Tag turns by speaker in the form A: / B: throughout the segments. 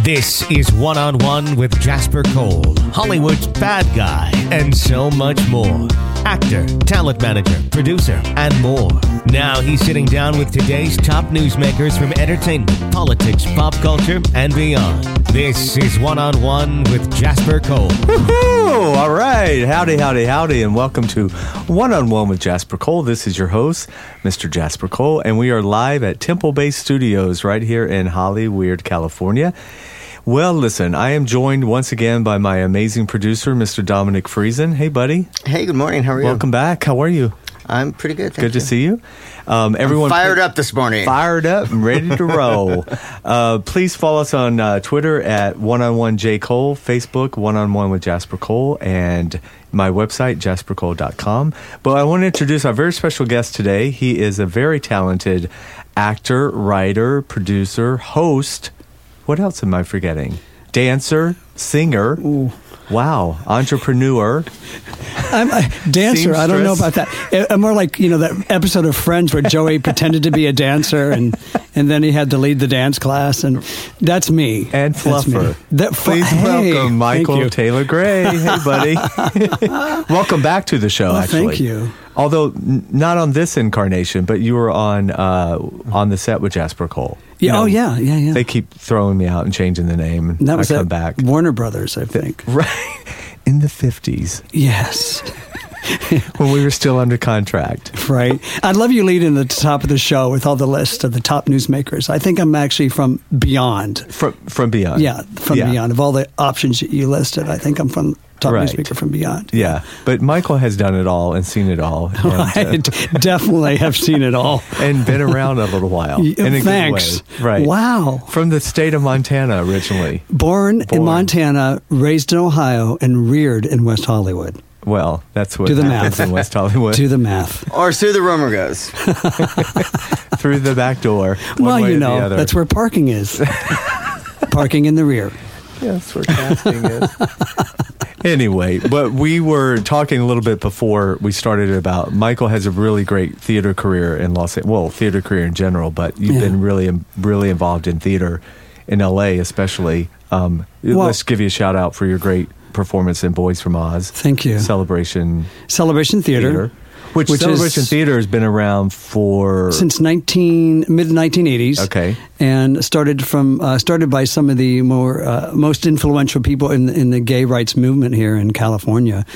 A: This is One on One with Jasper Cole, Hollywood's bad guy, and so much more. Actor, talent manager, producer, and more. Now he's sitting down with today's top newsmakers from entertainment, politics, pop culture, and beyond. This is One on One with Jasper Cole.
B: Woohoo! All right. Howdy, howdy, howdy, and welcome to One on One with Jasper Cole. This is your host, Mr. Jasper Cole, and we are live at Temple Bay Studios right here in Hollyweird, California. Well, listen, I am joined once again by my amazing producer, Mr. Dominic Friesen. Hey, buddy.
C: Hey, good morning. How are you?
B: Welcome back. How are you?
C: I'm pretty good.
B: Good to see you. Um, everyone
C: Fired up this morning.
B: fired up and ready to roll. uh, please follow us on uh, Twitter at one on one J Cole, Facebook one on one with Jasper Cole, and my website jaspercole.com. But I want to introduce our very special guest today. He is a very talented actor, writer, producer, host. What else am I forgetting? Dancer, singer. Wow, entrepreneur.
D: I'm a Uh, dancer. I don't know about
B: Seamstress.
D: that. I- I'm more like you know that episode of Friends where Joey pretended to be a dancer and and then he had to lead the dance class, and that's me.
B: and
D: That's me.
B: Fluffer.
D: That fl-
B: Please
D: hey,
B: welcome
D: thank
B: Michael
D: you.
B: Taylor Gray. Hey, buddy. welcome back to the show.
D: Well,
B: actually,
D: thank you.
B: Although n- not on this incarnation, but you were on uh, on the set with Jasper Cole.
D: Yeah,
B: You
D: oh, yeah, yeah, yeah.
B: They keep throwing me out and changing the name. And
D: And that was
B: I
D: at
B: come back
D: Warner Brothers, I think.
B: right in the fifties
D: Yes,
B: when we were still under contract.
D: right. I'd love you leading the top of the show with all the list of the top newsmakers. I think I'm actually from beyond.
B: From from beyond.
D: Yeah, from
B: Yeah.
D: beyond. Of all the options that you listed, I think I'm from top
B: Right.
D: newsmaker from beyond.
B: Yeah, but Michael has done it all and seen it all. And, uh,
D: I definitely have seen it all.
B: and been around a little while.
D: Y-
B: in a
D: thanks.
B: Good way. Right.
D: Wow.
B: From the state of Montana originally.
D: Born,
B: Born.
D: in Montana, raised in Ohio, and reared in West Hollywood.
B: Well, that's what
D: Do the
B: happens
D: math.
B: in West Hollywood.
D: Do the math.
C: or so the rumor goes.
B: through the back door. one
D: well,
B: way
D: you
B: or the
D: know,
B: other.
D: that's where parking is. parking in the rear.
B: Yes, where casting is. anyway, but we were talking a little bit before we started about Michael has a really great theater career in Los Angeles. Well, theater career in general, but you've
D: Yeah.
B: been really, um, really involved in theater in LA, especially. Um,
D: Well-
B: let's give you a shout out for your great performance in Boys from Oz.
D: Thank you.
B: Celebration
D: Celebration Theater.
B: Theater. Which,
D: Which
B: Celebration
D: is-
B: Theater has been around for
D: Since 19 mid 1980s,
B: Okay.
D: and started from uh, started by some of the more uh, most influential people in in the gay rights movement here in California,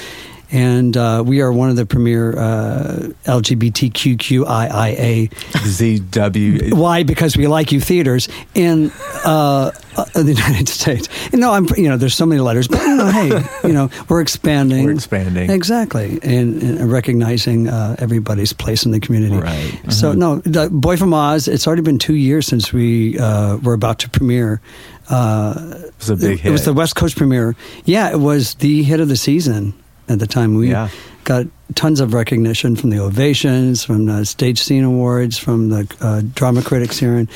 D: and uh, we are one of the premier uh, LGBTQQIIA
B: ZW.
D: why because we like you theaters in uh, uh, the United States. You know, I'm you know there's so many letters, but you know, hey, you know we're expanding,
B: We're expanding.
D: exactly, and, and recognizing uh, everybody's place in the community.
B: Right. Mm-hmm.
D: So no, the Boy from Oz. It's already been two years since we uh, were about to premiere. Uh,
B: It was a big
D: it,
B: hit.
D: it was the West Coast premiere. Yeah, it was the hit of the season at the time. We
B: Yeah.
D: got tons of recognition from the ovations, from the Stage Scene Awards, from the uh, Drama Critics hearing.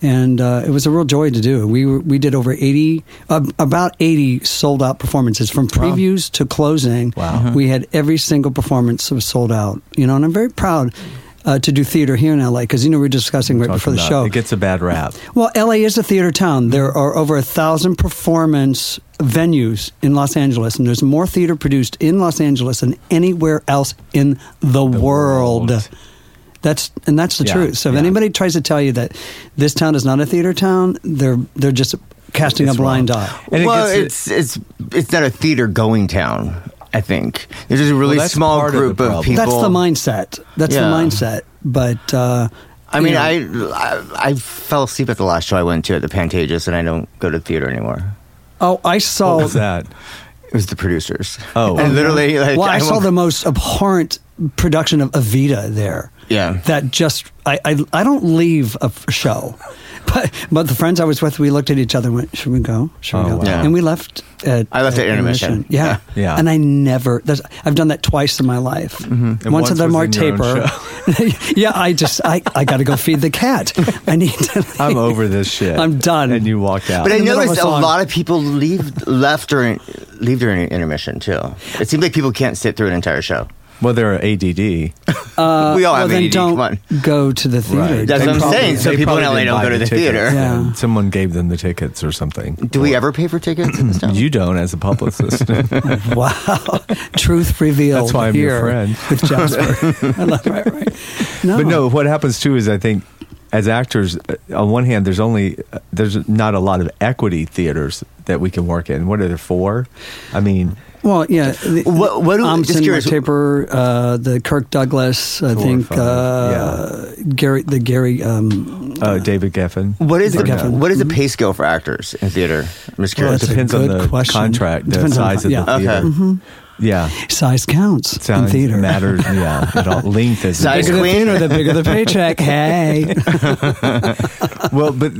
D: And uh, it was a real joy to do. We were, we did over eighty, uh, about eighty sold out performances from previews to closing.
B: Wow.
D: We had every single performance was sold out. You know, and I'm very proud uh, to do theater here in LA because you know we were discussing right
B: Talking
D: before the
B: about-
D: show.
B: It gets a bad rap.
D: Well, LA is a theater town. There are over a thousand performance venues in Los Angeles, and there's more theater produced in Los Angeles than anywhere else in the, world.
B: world.
D: That's and that's the
B: Yeah,
D: truth. So if
B: yeah.
D: anybody tries to tell you that this town is not a theater town, they're they're just casting
B: It's
D: a blind
B: wrong.
D: eye.
B: And it
C: well,
B: gets-
C: it's it's it's not a theater going town. I think there's just a really
B: Well, that's
C: small
B: part of the
C: group of,
B: problem.
C: people.
D: That's the mindset. That's
C: Yeah.
D: the mindset. But uh,
C: I mean,
D: you know,
C: I, I I fell asleep at the last show I went to at the Pantages, and I don't go to theater anymore.
D: oh I saw
B: What was that?
C: It was the producers.
B: Oh.
C: I literally like
D: well, I, saw
C: went-
D: the most abhorrent production of Evita there.
C: Yeah.
D: that just I I, I don't leave a f- show But but the friends I was with, we looked at each other and went, "Should we go? Should we
B: Oh,
D: go?"
B: wow.
C: Yeah.
D: And we left. At,
C: I left at intermission.
D: Yeah.
B: Yeah. Mm-hmm.
D: And I never. That's, I've done that twice in my life.
B: And
D: Once,
B: once
D: at the
B: was
D: Mart
B: in your own
D: Taper. yeah, I just I, I got to go feed the cat. I need to.
B: I'm over this shit.
D: I'm done.
B: And you walked out.
C: But I
D: in the middle of
C: noticed
D: a
C: a,
D: song.
C: lot of people leave left during leave during intermission too. It seems like people can't sit through an entire show.
B: well, they're ADD.
C: we all
D: Uh, well,
C: have
D: then
C: ADD.
D: don't
C: Come on.
D: go to the theater.
B: Right.
C: That's
D: They
C: what I'm
D: probably-
C: saying. So
B: They
C: people in
B: probably
C: LA
B: didn't
C: don't go
B: buy
C: to the
B: tickets,
C: theater.
D: Yeah.
B: and Someone gave them the tickets or something.
C: Do we ever pay for tickets in this town?
B: You don't, as a publicist.
D: Wow. Truth revealed.
B: That's why I'm your
D: here
B: friend.
D: With Jasper. I love, right, right. No.
B: But no, what happens too is I think as actors, uh, on one hand, there's only uh, there's not a lot of equity theaters that we can work in. What are there four? I mean,
D: Well, yeah. the-
C: What- what do-
D: Omsen,
C: just curious.
D: Mark Taper, uh, the Kirk Douglas,
B: Four
D: I
B: or
D: think,
B: five,
D: uh, Gary, the Gary, um,
B: uh, David Geffen.
C: what is the
D: Kevin.
C: what is the pay scale for actors in theater? I'm just
D: Well,
C: curious.
D: that's a
B: Depends on
D: good
B: the
D: question.
B: contract, the
D: Depends on the
B: size
D: con-
B: of the
C: yeah.
B: theater.
C: Okay.
B: Yeah,
D: size counts
B: sounds
D: in theater.
B: matters. Yeah, it all, length is
C: Size
D: Bigger the
C: Queen.
D: theater, the bigger the paycheck. Hey.
B: well, but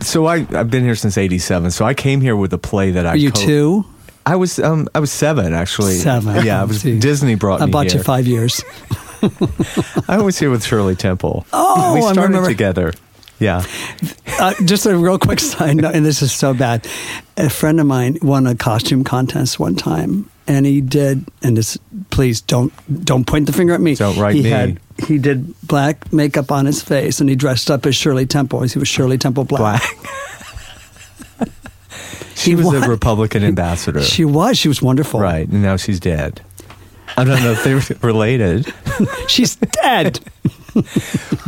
B: so I I've been here since '87. So I came here with a play that I
D: Are you
B: co-
D: two?
B: I was um I was seven actually.
D: Seven.
B: Yeah, I was,
D: See.
B: Disney brought
D: I
B: me
D: bought
B: here.
D: you five years.
B: I was here with Shirley Temple.
D: Oh,
B: we
D: I
B: started
D: remember.
B: together. Yeah.
D: uh, just a real quick side note, and this is so bad. A friend of mine won a costume contest one time, and he did. And this, please don't don't point the finger at me.
B: Don't write
D: he
B: me.
D: Had, he did black makeup on his face, and he dressed up as Shirley Temple. He was Shirley Temple Black.
B: she
D: He
B: was
D: won.
B: a Republican ambassador.
D: She was. She was wonderful.
B: right. And now she's dead. I don't know if they're related.
D: She's dead.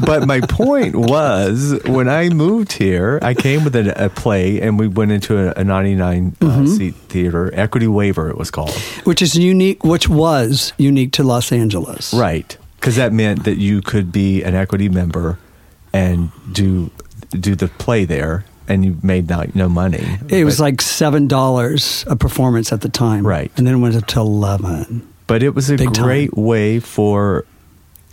B: But my point was when I moved here, I came with a, a play and we went into a, a 99
D: Mm-hmm.
B: uh, seat theater, Equity Waiver, it was called.
D: which is unique. Which was unique to Los Angeles.
B: Right. Because that meant that you could be an equity member and do do the play there and you made not, no money.
D: It was
B: But-
D: like seven dollars a performance at the time.
B: Right.
D: And then it went up to eleven.
B: But it was a
D: Big time.
B: great way for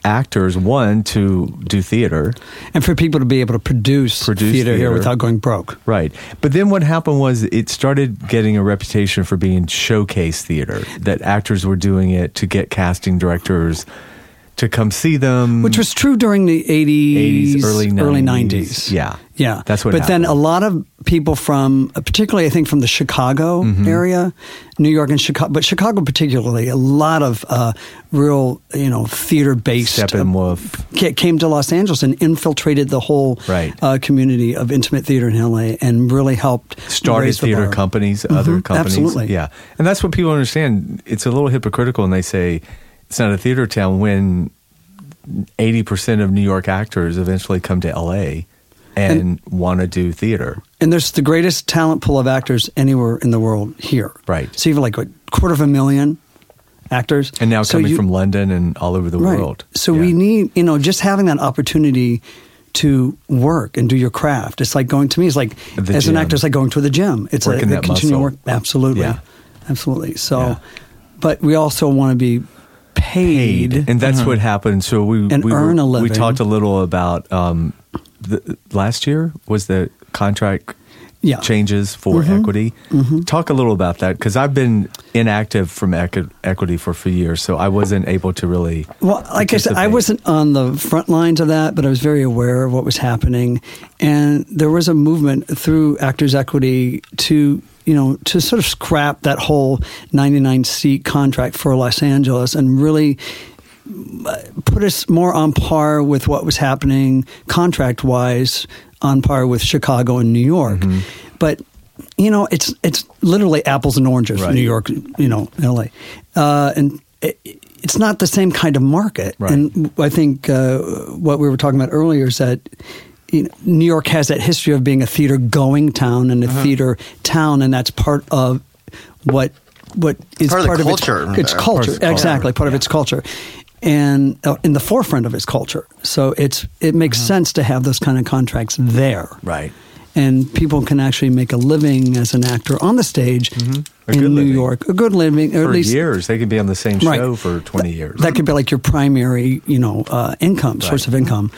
B: actors one to do theater,
D: and for people to be able to produce,
B: Produce
D: theater, here
B: theater. Mm.
D: without going broke.
B: right? But then what happened was it started getting a reputation for being showcase theater that actors were doing it to get casting directors to come see them,
D: Which was true during the 80s,
B: 80s, early 90s.
D: 90s.
B: Yeah.
D: Yeah.
B: That's what
D: But
B: happened.
D: then a lot of people from, particularly I think from the Chicago
B: Mm-hmm.
D: area, New York and Chicago, but Chicago particularly, a lot of uh, real, you know, theater based
B: Steppenwolf.
D: ca- came to Los Angeles and infiltrated the whole
B: Right.
D: uh, community of intimate theater in LA and really helped
B: started
D: raise the
B: theater
D: bar. Mm-hmm.
B: companies, other companies.
D: absolutely.
B: Yeah. And that's what people understand. It's a little hypocritical and they say it's not a theater town when 80% of New York actors eventually come to LA and, want to do theater.
D: And there's the greatest talent pool of actors anywhere in the world here.
B: Right.
D: So you have like a quarter of a million actors.
B: And now
D: So
B: coming
D: you-
B: from London and all over the
D: right.
B: world.
D: So
B: Yeah.
D: we need, you know, just having that opportunity to work and do your craft. It's like going to me, it's like,
B: The
D: as an
B: gym.
D: actor, it's like going to the gym. It's
B: Working
D: a, a
B: that muscle.
D: continual work. Absolutely.
B: Yeah.
D: Absolutely. So,
B: Yeah.
D: but we also want to be paid.
B: And that's what happened. So we
D: Mm-hmm. And
B: we,
D: earn a
B: we
D: living.
B: talked a little about um, the, last year was the contract
D: Yeah. Mm-hmm.
B: changes for equity. Talk a little about that because I've been inactive from equi- equity for a few years, so I wasn't able to really.
D: Well, like I said, I
B: participate.
D: wasn't on the front lines of that, but I was very aware of what was happening, and there was a movement through Actors Equity to you know to sort of scrap that whole 99 seat contract for Los Angeles and really uh, put us more on par with what was happening contract wise on par with Chicago and New York. But you know, it's it's literally apples and oranges.
B: Right.
D: New York, you know, LA, uh, and it, it's not the same kind of market.
B: Right.
D: And I think uh, what we were talking about earlier is that. You know, New York has that history of being a theater going town and a
B: Uh-huh.
D: theater town, and that's part of what what is
C: Part of the
D: part of
C: culture.
D: Its, its
C: Part
B: of
D: culture,
B: the culture.
D: exactly, part of its culture, and uh, in the forefront of its culture. So it's it makes sense to have those kind of contracts there,
B: Uh-huh. Right.
D: And people can actually make a living as an actor on the stage
B: Mm-hmm. A
D: in
B: good
D: New
B: living.
D: York, a good living, or
B: For
D: at least
B: years, they could be on the same
D: Right.
B: show for twenty years.
D: that could be like your primary, you know, uh, income source
B: Right.
D: of income.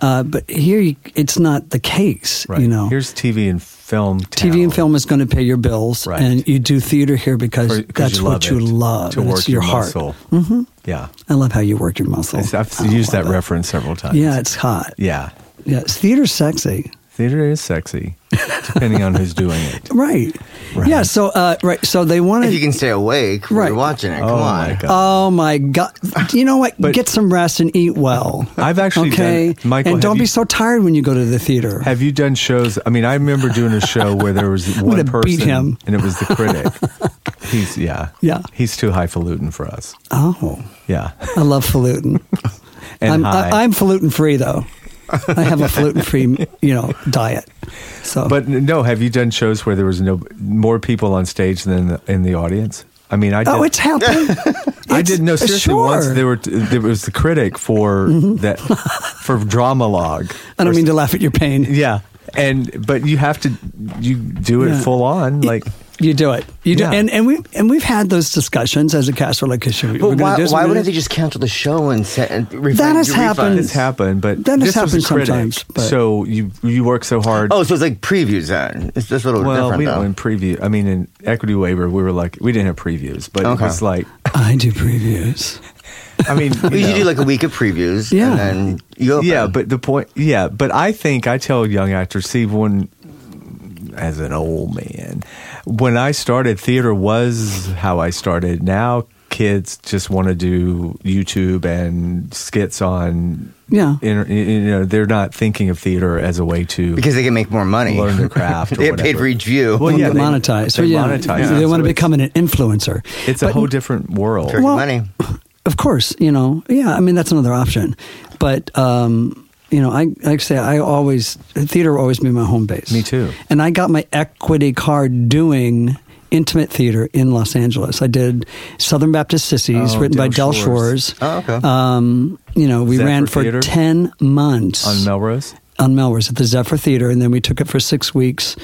D: Uh, but here, you, it's not the case.
B: Right.
D: You know,
B: Here's TV and film. Town.
D: TV and film is going to pay your bills,
B: Right.
D: and you do theater here because
B: For- 'cause
D: that's what you
B: it,
D: love.
B: To
D: and
B: work
D: it's your, heart.
B: muscle. Mm-hmm. Yeah.
D: I love how you worked your muscle.
B: It's- I've
D: I
B: used that
D: love
B: reference several times.
D: Yeah, it's hot.
B: Yeah.
D: Yeah, it's theater's sexy.
B: Theater is sexy, depending on who's doing it.
D: Right.
B: Right.
D: Yeah. So uh, right. So they wanted.
C: If you can stay awake,
D: Right.
C: right. you're watching it. Come
B: oh
C: on.
B: my god.
D: Oh my God! You know what?
B: But-
D: Get some rest and eat well.
B: I've actually
D: okay,
B: done- Michael,
D: and
B: have
D: don't be
B: you-
D: so tired when you go to the theater.
B: Have you done shows? I mean, I remember doing a show where there was one
D: gonna
B: person,
D: beat him.
B: and it was the critic. He's yeah,
D: Yeah.
B: He's too highfalutin for us.
D: oh,
B: Yeah,
D: I love falutin.
B: and
D: I'm,
B: high.
D: I, I'm falutin free though. I have a falutin free, you know, diet. So,
B: but no, have you done shows where there was no more people on stage than in the, in the audience? I mean, I did,
D: oh, it's happened.
B: I
D: It's-
B: didn't know seriously
D: Sure. Mm-hmm.
B: once there were there was the critic for that for drama log.
D: I don't mean to laugh at your pain.
B: Yeah, and but you have to you do it
D: Yeah.
B: full on like.
D: You do it. You do,
B: Yeah.
D: and and we and we've had those discussions as a cast. We're like, should we, we're
C: But
D: gonna
C: why,
D: do
C: why
D: something?
C: wouldn't they just cancel the show and, set, and refund
D: That has
C: do refunds?
D: happened.
B: It's happened, but
D: That
B: this
D: has
B: was a
D: happened
B: critic,
D: sometimes, but-
B: So you you work so hard.
C: Oh, so it's like previews then. It's just a little
B: well,
C: different
B: we
C: though.
B: don't in preview. I mean, in equity waiver, we were like we didn't have previews, but
C: Okay.
B: it was like
D: I do previews.
B: I mean, you
C: We usually
B: know.
C: do like a week of previews,
D: Yeah.
C: and then you open.
B: yeah, but the point, yeah, but I think I tell young actors, see, when as an old man, when I started, theater was how I started. Now kids just want to do YouTube and skits on.
D: Yeah.
B: inter- you know, they're not thinking of theater as a way to
C: because they can make more money,
B: learn their craft. Or
C: They get paid
B: whatever.
C: for each view.
B: Well, yeah,
D: They monetize.
B: They,
D: Well, yeah.
B: monetize. it,
D: They
B: so
D: want to
B: it's-
D: become an influencer.
B: It's a
D: But-
B: whole different world.
C: Freaking
D: well-
C: money.
D: Of course, you know, yeah. I mean, that's another option, but um, you know, I like I say, I always theater will always be my home base.
B: Me too.
D: And I got my equity card doing intimate theater in Los Angeles. I did Southern Baptist Sissies,
B: Oh,
D: written by
B: Del
D: Del
B: Shores.
D: Shores.
C: Oh, okay.
B: uh,
D: Um, you know, we
B: Zephyr
D: ran for
B: Theater?
D: ten months
B: on Melrose.
D: on Melrose at the Zephyr Theater, and then we took it for six weeks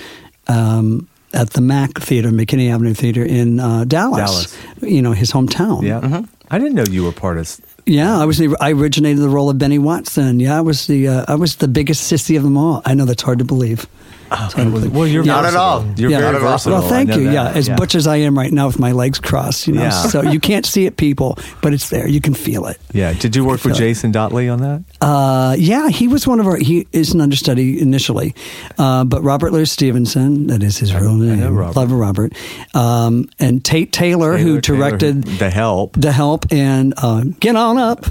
D: um, at the Mac Theater, McKinney Avenue Theater in uh, Dallas,
B: Dallas.
D: You know, his hometown.
B: Yeah, I didn't know you were part of. s-
D: Yeah, I was. The, I originated the role of Benny Watson. Yeah, I was the. Uh, I was the biggest sissy of them all. I know that's hard to believe. It's hard to believe.
B: Oh, Well, you're
C: Not at
B: versatile.
C: all.
B: You're
D: Yeah.
B: very
C: Not at all.
B: versatile.
D: well, thank
B: I know
D: you.
B: that.
D: Yeah, as butch as I am right now with my legs crossed, you know,
B: Yeah.
D: so you can't see it, people, but it's there. You can feel it.
B: Yeah. Did you work with
D: So-
B: Jason Dotley on that?
D: Uh, yeah, he was one of our. He is an understudy initially, uh, but Robert Louis Stevenson, that is his real
B: know
D: name.
B: Robert.
D: Love Robert, um, and Tate Taylor, who
B: Taylor-
D: directed
B: Taylor, The Help.
D: The Help and uh, Get On Up.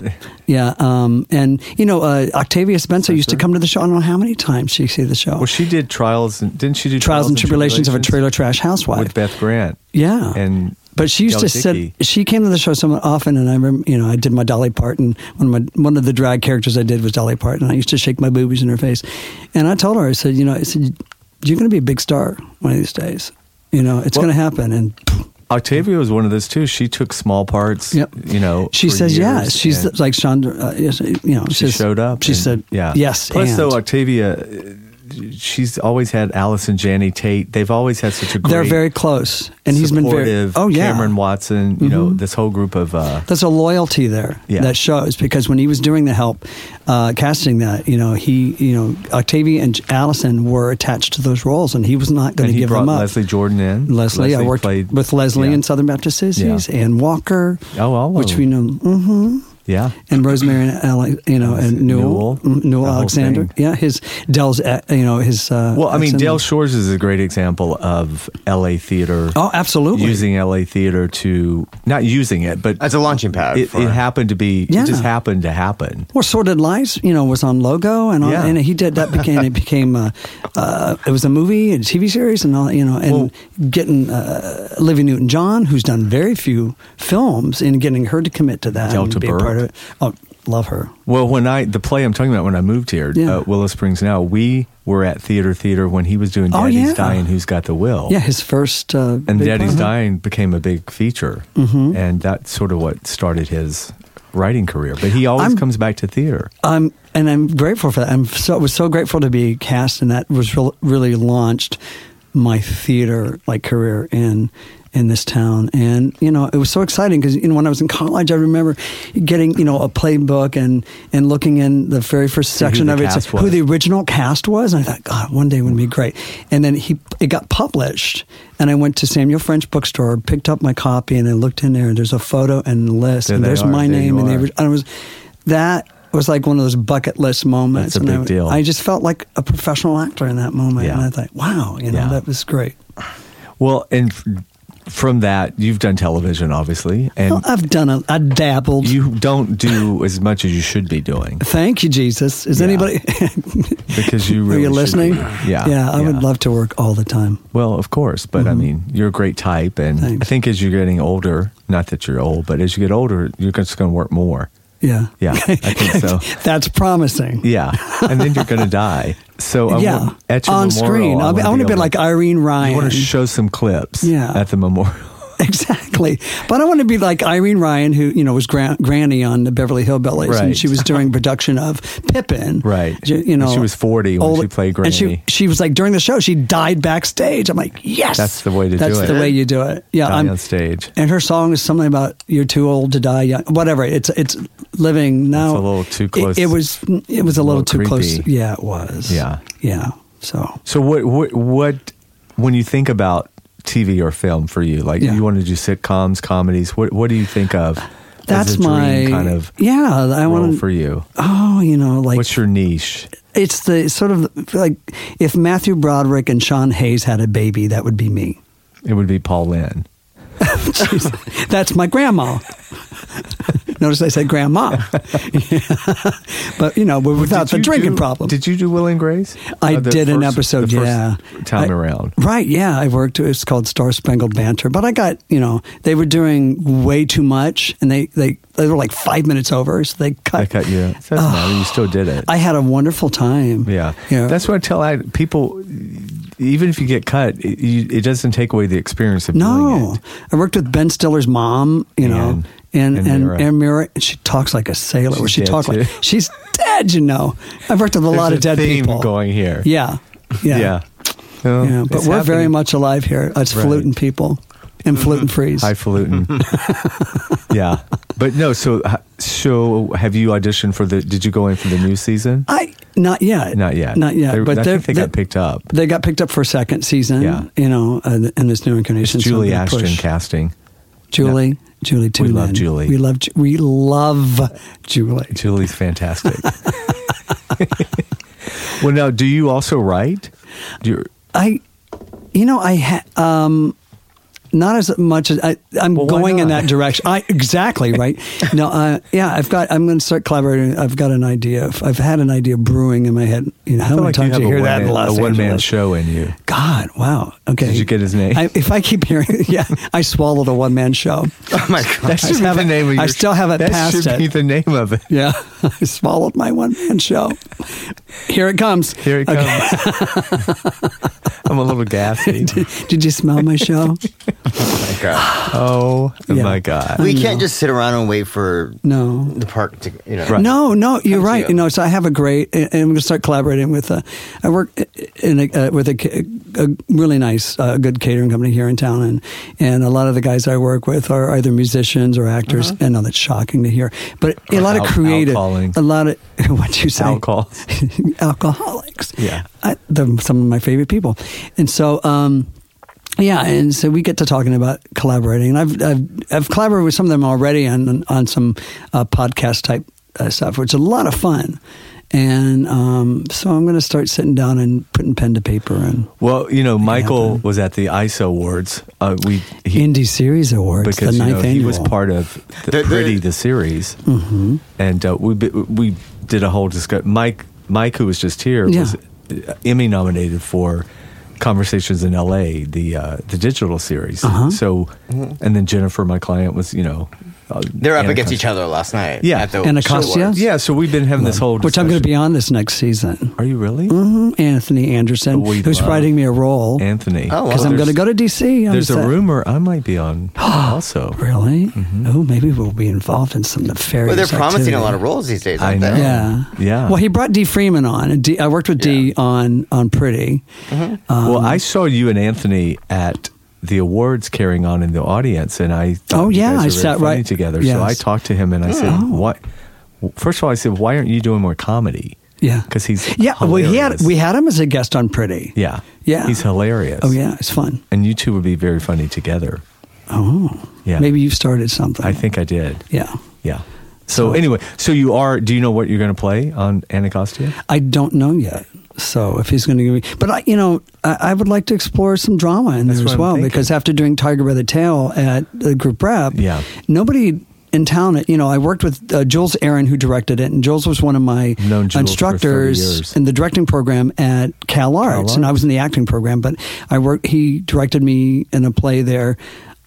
D: Yeah, um, and you know uh, Octavia Spencer used to come to the show. I don't know how many times she see the show.
B: Well, she did trials. And, didn't she do
D: Trials and tribulations of a trailer trash housewife.
B: with Beth Grant?
D: Yeah.
B: And
D: But she used
B: Del
D: to sit.
B: Dickey.
D: She came to the show so often, and I remember, you know, I did my Dolly Parton. One of my one of the drag characters I did was Dolly Parton. and I used to shake my boobies in her face, and I told her, I said, you know, I said, you're going to be a big star one of these days. You know, it's going to happen. And
B: Octavia was one of those too. She took small parts.
D: Yep.
B: You know,
D: she
B: for
D: says
B: years,
D: yes. She's
B: and
D: like Chandra. Uh, yes, you know,
B: she showed up.
D: She
B: and-
D: said
B: yeah.
D: yes.
B: Plus,
D: and
B: though Octavia, uh, she's always had Allison, Janney Tate. They've always had such a great.
D: they're very close, and he's been very.
B: supportive,
D: Oh yeah, Mm-hmm.
B: Cameron Watson. You know, this whole group of. Uh,
D: there's a loyalty there
B: Yeah.
D: that shows because when he was doing the help uh, casting that you know he you know Octavia and Allison were attached to those roles and he was not going
B: and
D: to
B: he
D: give
B: brought
D: them up.
B: Leslie Jordan in.
D: Leslie, I worked
B: played-
D: with Leslie
B: yeah.
D: in Southern Baptist Sissies
B: Yeah.
D: and Walker,
B: Oh, all of
D: which we
B: them.
D: know, hmm
B: Yeah.
D: and Rosemary and Ale- you know and
B: Newell.
D: Newell mm,
B: The
D: Newell
B: whole
D: Alexander,
B: thing.
D: yeah, his Dell's uh, you know his uh,
B: Well, I mean,
D: accent.
B: Dale Shores is a great example of LA theater.
D: Oh, absolutely.
B: Using LA theater to not using it, but
C: As a launching pad.
B: it,
C: for,
B: it happened to be.
D: Yeah.
B: It just happened to happen.
D: Well, Sorted Lies, you know, was on Logo, and all,
B: Yeah.
D: and he did that became it became uh, uh, it was a movie and TV series and all you know, and getting uh, Livy Newton John, who's done very few films, and getting her to commit to that
B: Delta
D: and be
B: Burke.
D: a part of it. Oh, love her.
B: Well, when I the play I'm talking about when I moved here,
D: Yeah.
B: uh, Willow Springs. Now we were at Theater Theater when he was doing
D: Oh,
B: Daddy's
D: yeah.
B: Dying. Who's got the will?
D: Yeah, his first uh,
B: and
D: big
B: Daddy's
D: part. Mm-hmm.
B: Dying became a big feature, and that's sort of what started his writing career. But he always
D: I'm-
B: comes back to theater.
D: I'm and I'm grateful for that. I'm so was so grateful to be cast, and that was real really launched my theater like career and in this town. And, you know, it was so exciting because, you know, when I was in college, I remember getting, you know, a playbook and, and looking in the very first section
B: the
D: of it,
B: cast
D: who
B: was.
D: the original cast was. And I thought, God, one day would be great. And then he, it got published. And I went to Samuel French bookstore, picked up my copy, and I looked in there, and there's a photo and list.
B: There
D: and
B: they
D: there's
B: are.
D: my
B: There
D: name.
B: you
D: And, the
B: are.
D: orig- and it was, that was like one of those bucket list moments.
B: That's a
D: and I,
B: big deal.
D: I just felt like a professional actor in that moment.
B: Yeah.
D: And I thought, wow, you know,
B: Yeah.
D: that was great.
B: Well, and f- from that, you've done television, obviously, and
D: Well, uh, I've done a, I dabbled.
B: you don't do as much as you should be doing
D: Thank you, Jesus. Is
B: Yeah.
D: anybody?
B: because you
D: are
B: really
D: you
B: should
D: listening?
B: be. Yeah,
D: yeah. I would love to work all the time.
B: Well, of course, but I mean, you're a great type, and I
D: Mm-hmm. Thanks.
B: think as you're getting older, not that you're old, but as you get older, you're just going to work more.
D: Yeah.
B: Yeah, I think so.
D: That's promising.
B: Yeah, and then you're going to die. So I
D: Yeah.
B: want, at your
D: On
B: memorial,
D: screen, I'll be, I
B: wanna
D: want to be
B: able-
D: like Irene Ryan.
B: You want to show some clips.
D: Yeah.
B: at the memorial.
D: Exactly. But I want to be like Irene Ryan, who, you know, was gran- Granny on the Beverly Hillbillies.
B: Right.
D: And she was doing production of Pippin.
B: Right.
D: J- You know,
B: And she was 40 when
D: old-
B: she played
D: And she,
B: Granny.
D: she was like, during the show, she died backstage. I'm like, yes.
B: That's the way to
D: That's
B: do it.
D: the way you do it. Yeah.
B: Die
D: I'm-
B: on stage.
D: And her song is something about you're too old to die young. Whatever. It's it's living now.
B: a little too
D: It-
B: close.
D: It, was it was a, little,
B: little
D: too close.
B: creepy.
D: Yeah, it was.
B: Yeah.
D: Yeah. So
B: So what what what when you think about TV or film for you, like
D: Yeah.
B: you want to do sitcoms, comedies. What what do you think of?
D: that's
B: as a dream
D: my
B: kind of
D: yeah. I
B: role
D: want
B: for you.
D: Oh, you know, like
B: What's your niche?
D: it's the sort of like if Matthew Broderick and Sean Hayes had a baby, that would be me.
B: It would be Paul Lynn.
D: Jeez, that's my grandma. Notice I said grandma, but you know, but without
B: Did
D: the
B: you
D: drinking
B: do-
D: problem.
B: Did you do Will and Grace?
D: I
B: Uh, the
D: did an
B: first-
D: episode,
B: the first
D: yeah.
B: Time
D: I-
B: around.
D: Right, yeah. I worked, it's called Star Spangled Banter. But I got, you know, they were doing way too much and they, they, they were like five minutes over. So they cut.
B: I cut you. It doesn't matter. You still did it.
D: I had a wonderful time.
B: yeah.
D: You know,
B: That's what I tell I, people. Even if you get cut, it, you, it doesn't take away the experience of doing
D: No,
B: it.
D: I worked with Ben Stiller's mom. You know,
B: And-
D: and
B: and
D: and and
B: Mira.
D: Mira, and she talks like a sailor.
B: She's
D: or she
B: dead,
D: talks like
B: too.
D: she's dead. You know, I've worked with a
B: There's
D: lot of dead
B: theme
D: people.
B: going here.
D: Yeah, yeah,
B: Yeah.
D: yeah.
B: Well,
D: but
B: it's
D: we're very
B: happening.
D: much alive here. It's
B: Right. Mm-hmm.
D: fluting people and fluting freeze.
B: highfalutin. yeah, but no. So, uh, so have you auditioned for the? Did you go in for the new season?
D: I not yet.
B: Not yet.
D: Not yet.
B: They-
D: but
B: I
D: they're-
B: think they got picked up.
D: They got picked up for a second season.
B: Yeah.
D: You know, uh, in this new incarnation. so
B: Julie
D: I'm gonna
B: Ashton
D: push.
B: casting.
D: Julie. Julie.
B: We love
D: Tooman.
B: Julie.
D: We love. Ju- We love Julie.
B: Julie's fantastic. well, now, do you also write? Do you,
D: I, you know, I ha- um, not as much as I, I'm
B: why
D: going in
B: not?
D: that direction. I exactly right. no, uh, yeah, I've got. I'm going to start collaborating. I've got an idea. I've, I've had an idea brewing in my head. You know, how
B: feel
D: many
B: like you
D: times
B: have
D: do you
B: a
D: hear that
B: one-man-
D: in Los
B: a one man
D: Angeles?
B: show in you.
D: God, wow. Okay,
B: Did you get his name?
D: I, if I keep hearing, yeah, I swallowed a one man show.
C: Oh my god!
B: That should be
D: haven't-
B: the name of
D: I
B: your
D: still haven't
B: That
D: passed
B: should be
D: it.
B: the name of it.
D: Yeah, I swallowed my one man show. Here it comes.
B: Here it
D: Okay.
B: comes. I'm a little gassy.
D: Did you smell my show?
C: my God.
B: Oh
D: Yeah.
B: my god!
C: We can't just sit around and wait for
D: No.
C: the park to you know.
B: Right.
D: No, no, you're
C: Comes
D: right.
C: you.
D: You know, so I have a great, and I'm going to start collaborating with. Uh, I work in a, uh, with a, ca- a really nice, uh, good catering company here in town, and and a lot of the guys I work with are either musicians or actors. I know that's shocking to hear, but a lot
B: al-
D: of creative,
B: alcoholing.
D: a lot of what you say,
B: Alcohol.
D: alcoholics.
B: Yeah.
D: I, they're some of my favorite people, and so. um yeah, and so we get to talking about collaborating. And I've I've, I've collaborated with some of them already on on some uh, podcast type uh, stuff, which is a lot of fun. And um, so I'm going to start sitting down and putting pen to paper and
B: Well, you know, Michael
D: happened.
B: was at the ISO Awards. Uh, we he,
D: Indie Series Awards,
B: because you
D: the ninth
B: know,
D: annual.
B: he was part of the,
C: The- the-
B: Pretty the series, mm-hmm. and uh, we bi- we did a whole discussion. Mike Mike, who was just here,
D: Yeah.
B: was uh, Emmy nominated for Conversations in L.A. the uh, the digital series.
D: Uh-huh.
B: So, and then Jennifer, my client, was you know uh,
C: Mm-hmm. They're up
B: Anacostia.
C: against each other last night.
B: Yeah.
C: at the
D: Anacostia?
C: show awards.
B: Yeah, so we've been having this whole
D: which I'm going to
B: discussion.
D: be on this next season.
B: Are you really,
D: Mm-hmm. Anthony Anderson,
B: Oh, We
D: who's
B: love
D: writing me a role because
B: Anthony?
C: Oh, wow.
D: I'm
B: There's-
D: going to go to DC. I'm
B: There's a
D: set.
B: rumor I might be on also.
D: Really?
B: Mm-hmm.
D: Oh, maybe we'll be involved in some nefarious.
C: Well, they're promising a
D: activity.
C: lot of roles these days. Aren't
B: I know.
C: They?
D: Yeah.
B: Yeah.
D: Well, he brought D Freeman on. and D, I worked with
C: Yeah.
D: D on on Pretty.
B: well, I saw you and Anthony at the awards carrying on in the audience, and I thought
D: Oh,
B: you
D: yeah,
B: guys
D: I
B: were very
D: sat
B: funny
D: right-
B: together. So
D: yes. Oh.
B: I talked to him and I said, "Why?" First of all, I said, "Why aren't you doing more comedy?"
D: Yeah.
B: because he's
D: Yeah, well, he had
B: hilarious.
D: we had him as a guest on Pretty.
B: yeah
D: Yeah.
B: he's hilarious.
D: Oh yeah, it's fun.
B: and you two would be very funny together.
D: Oh.
B: Yeah.
D: Maybe you started something.
B: I think I did.
D: Yeah.
B: Yeah. So, anyway, so you are. Do you know what you're going to play on Anacostia?
D: I don't know yet. So if he's going to give me, but I, you know, I, I would like to explore some drama in
B: That's
D: there
B: what
D: as
B: I'm
D: well
B: thinking.
D: because after doing Tiger by the Tail at the group rep,
B: Yeah.
D: nobody in town. You know, I worked with uh, Jules Aaron who directed it, and Jules was one of my
B: Known Jules for 30 years.
D: instructors in the directing program at Cal Arts, and I was in the acting program. But I worked. He directed me in a play there.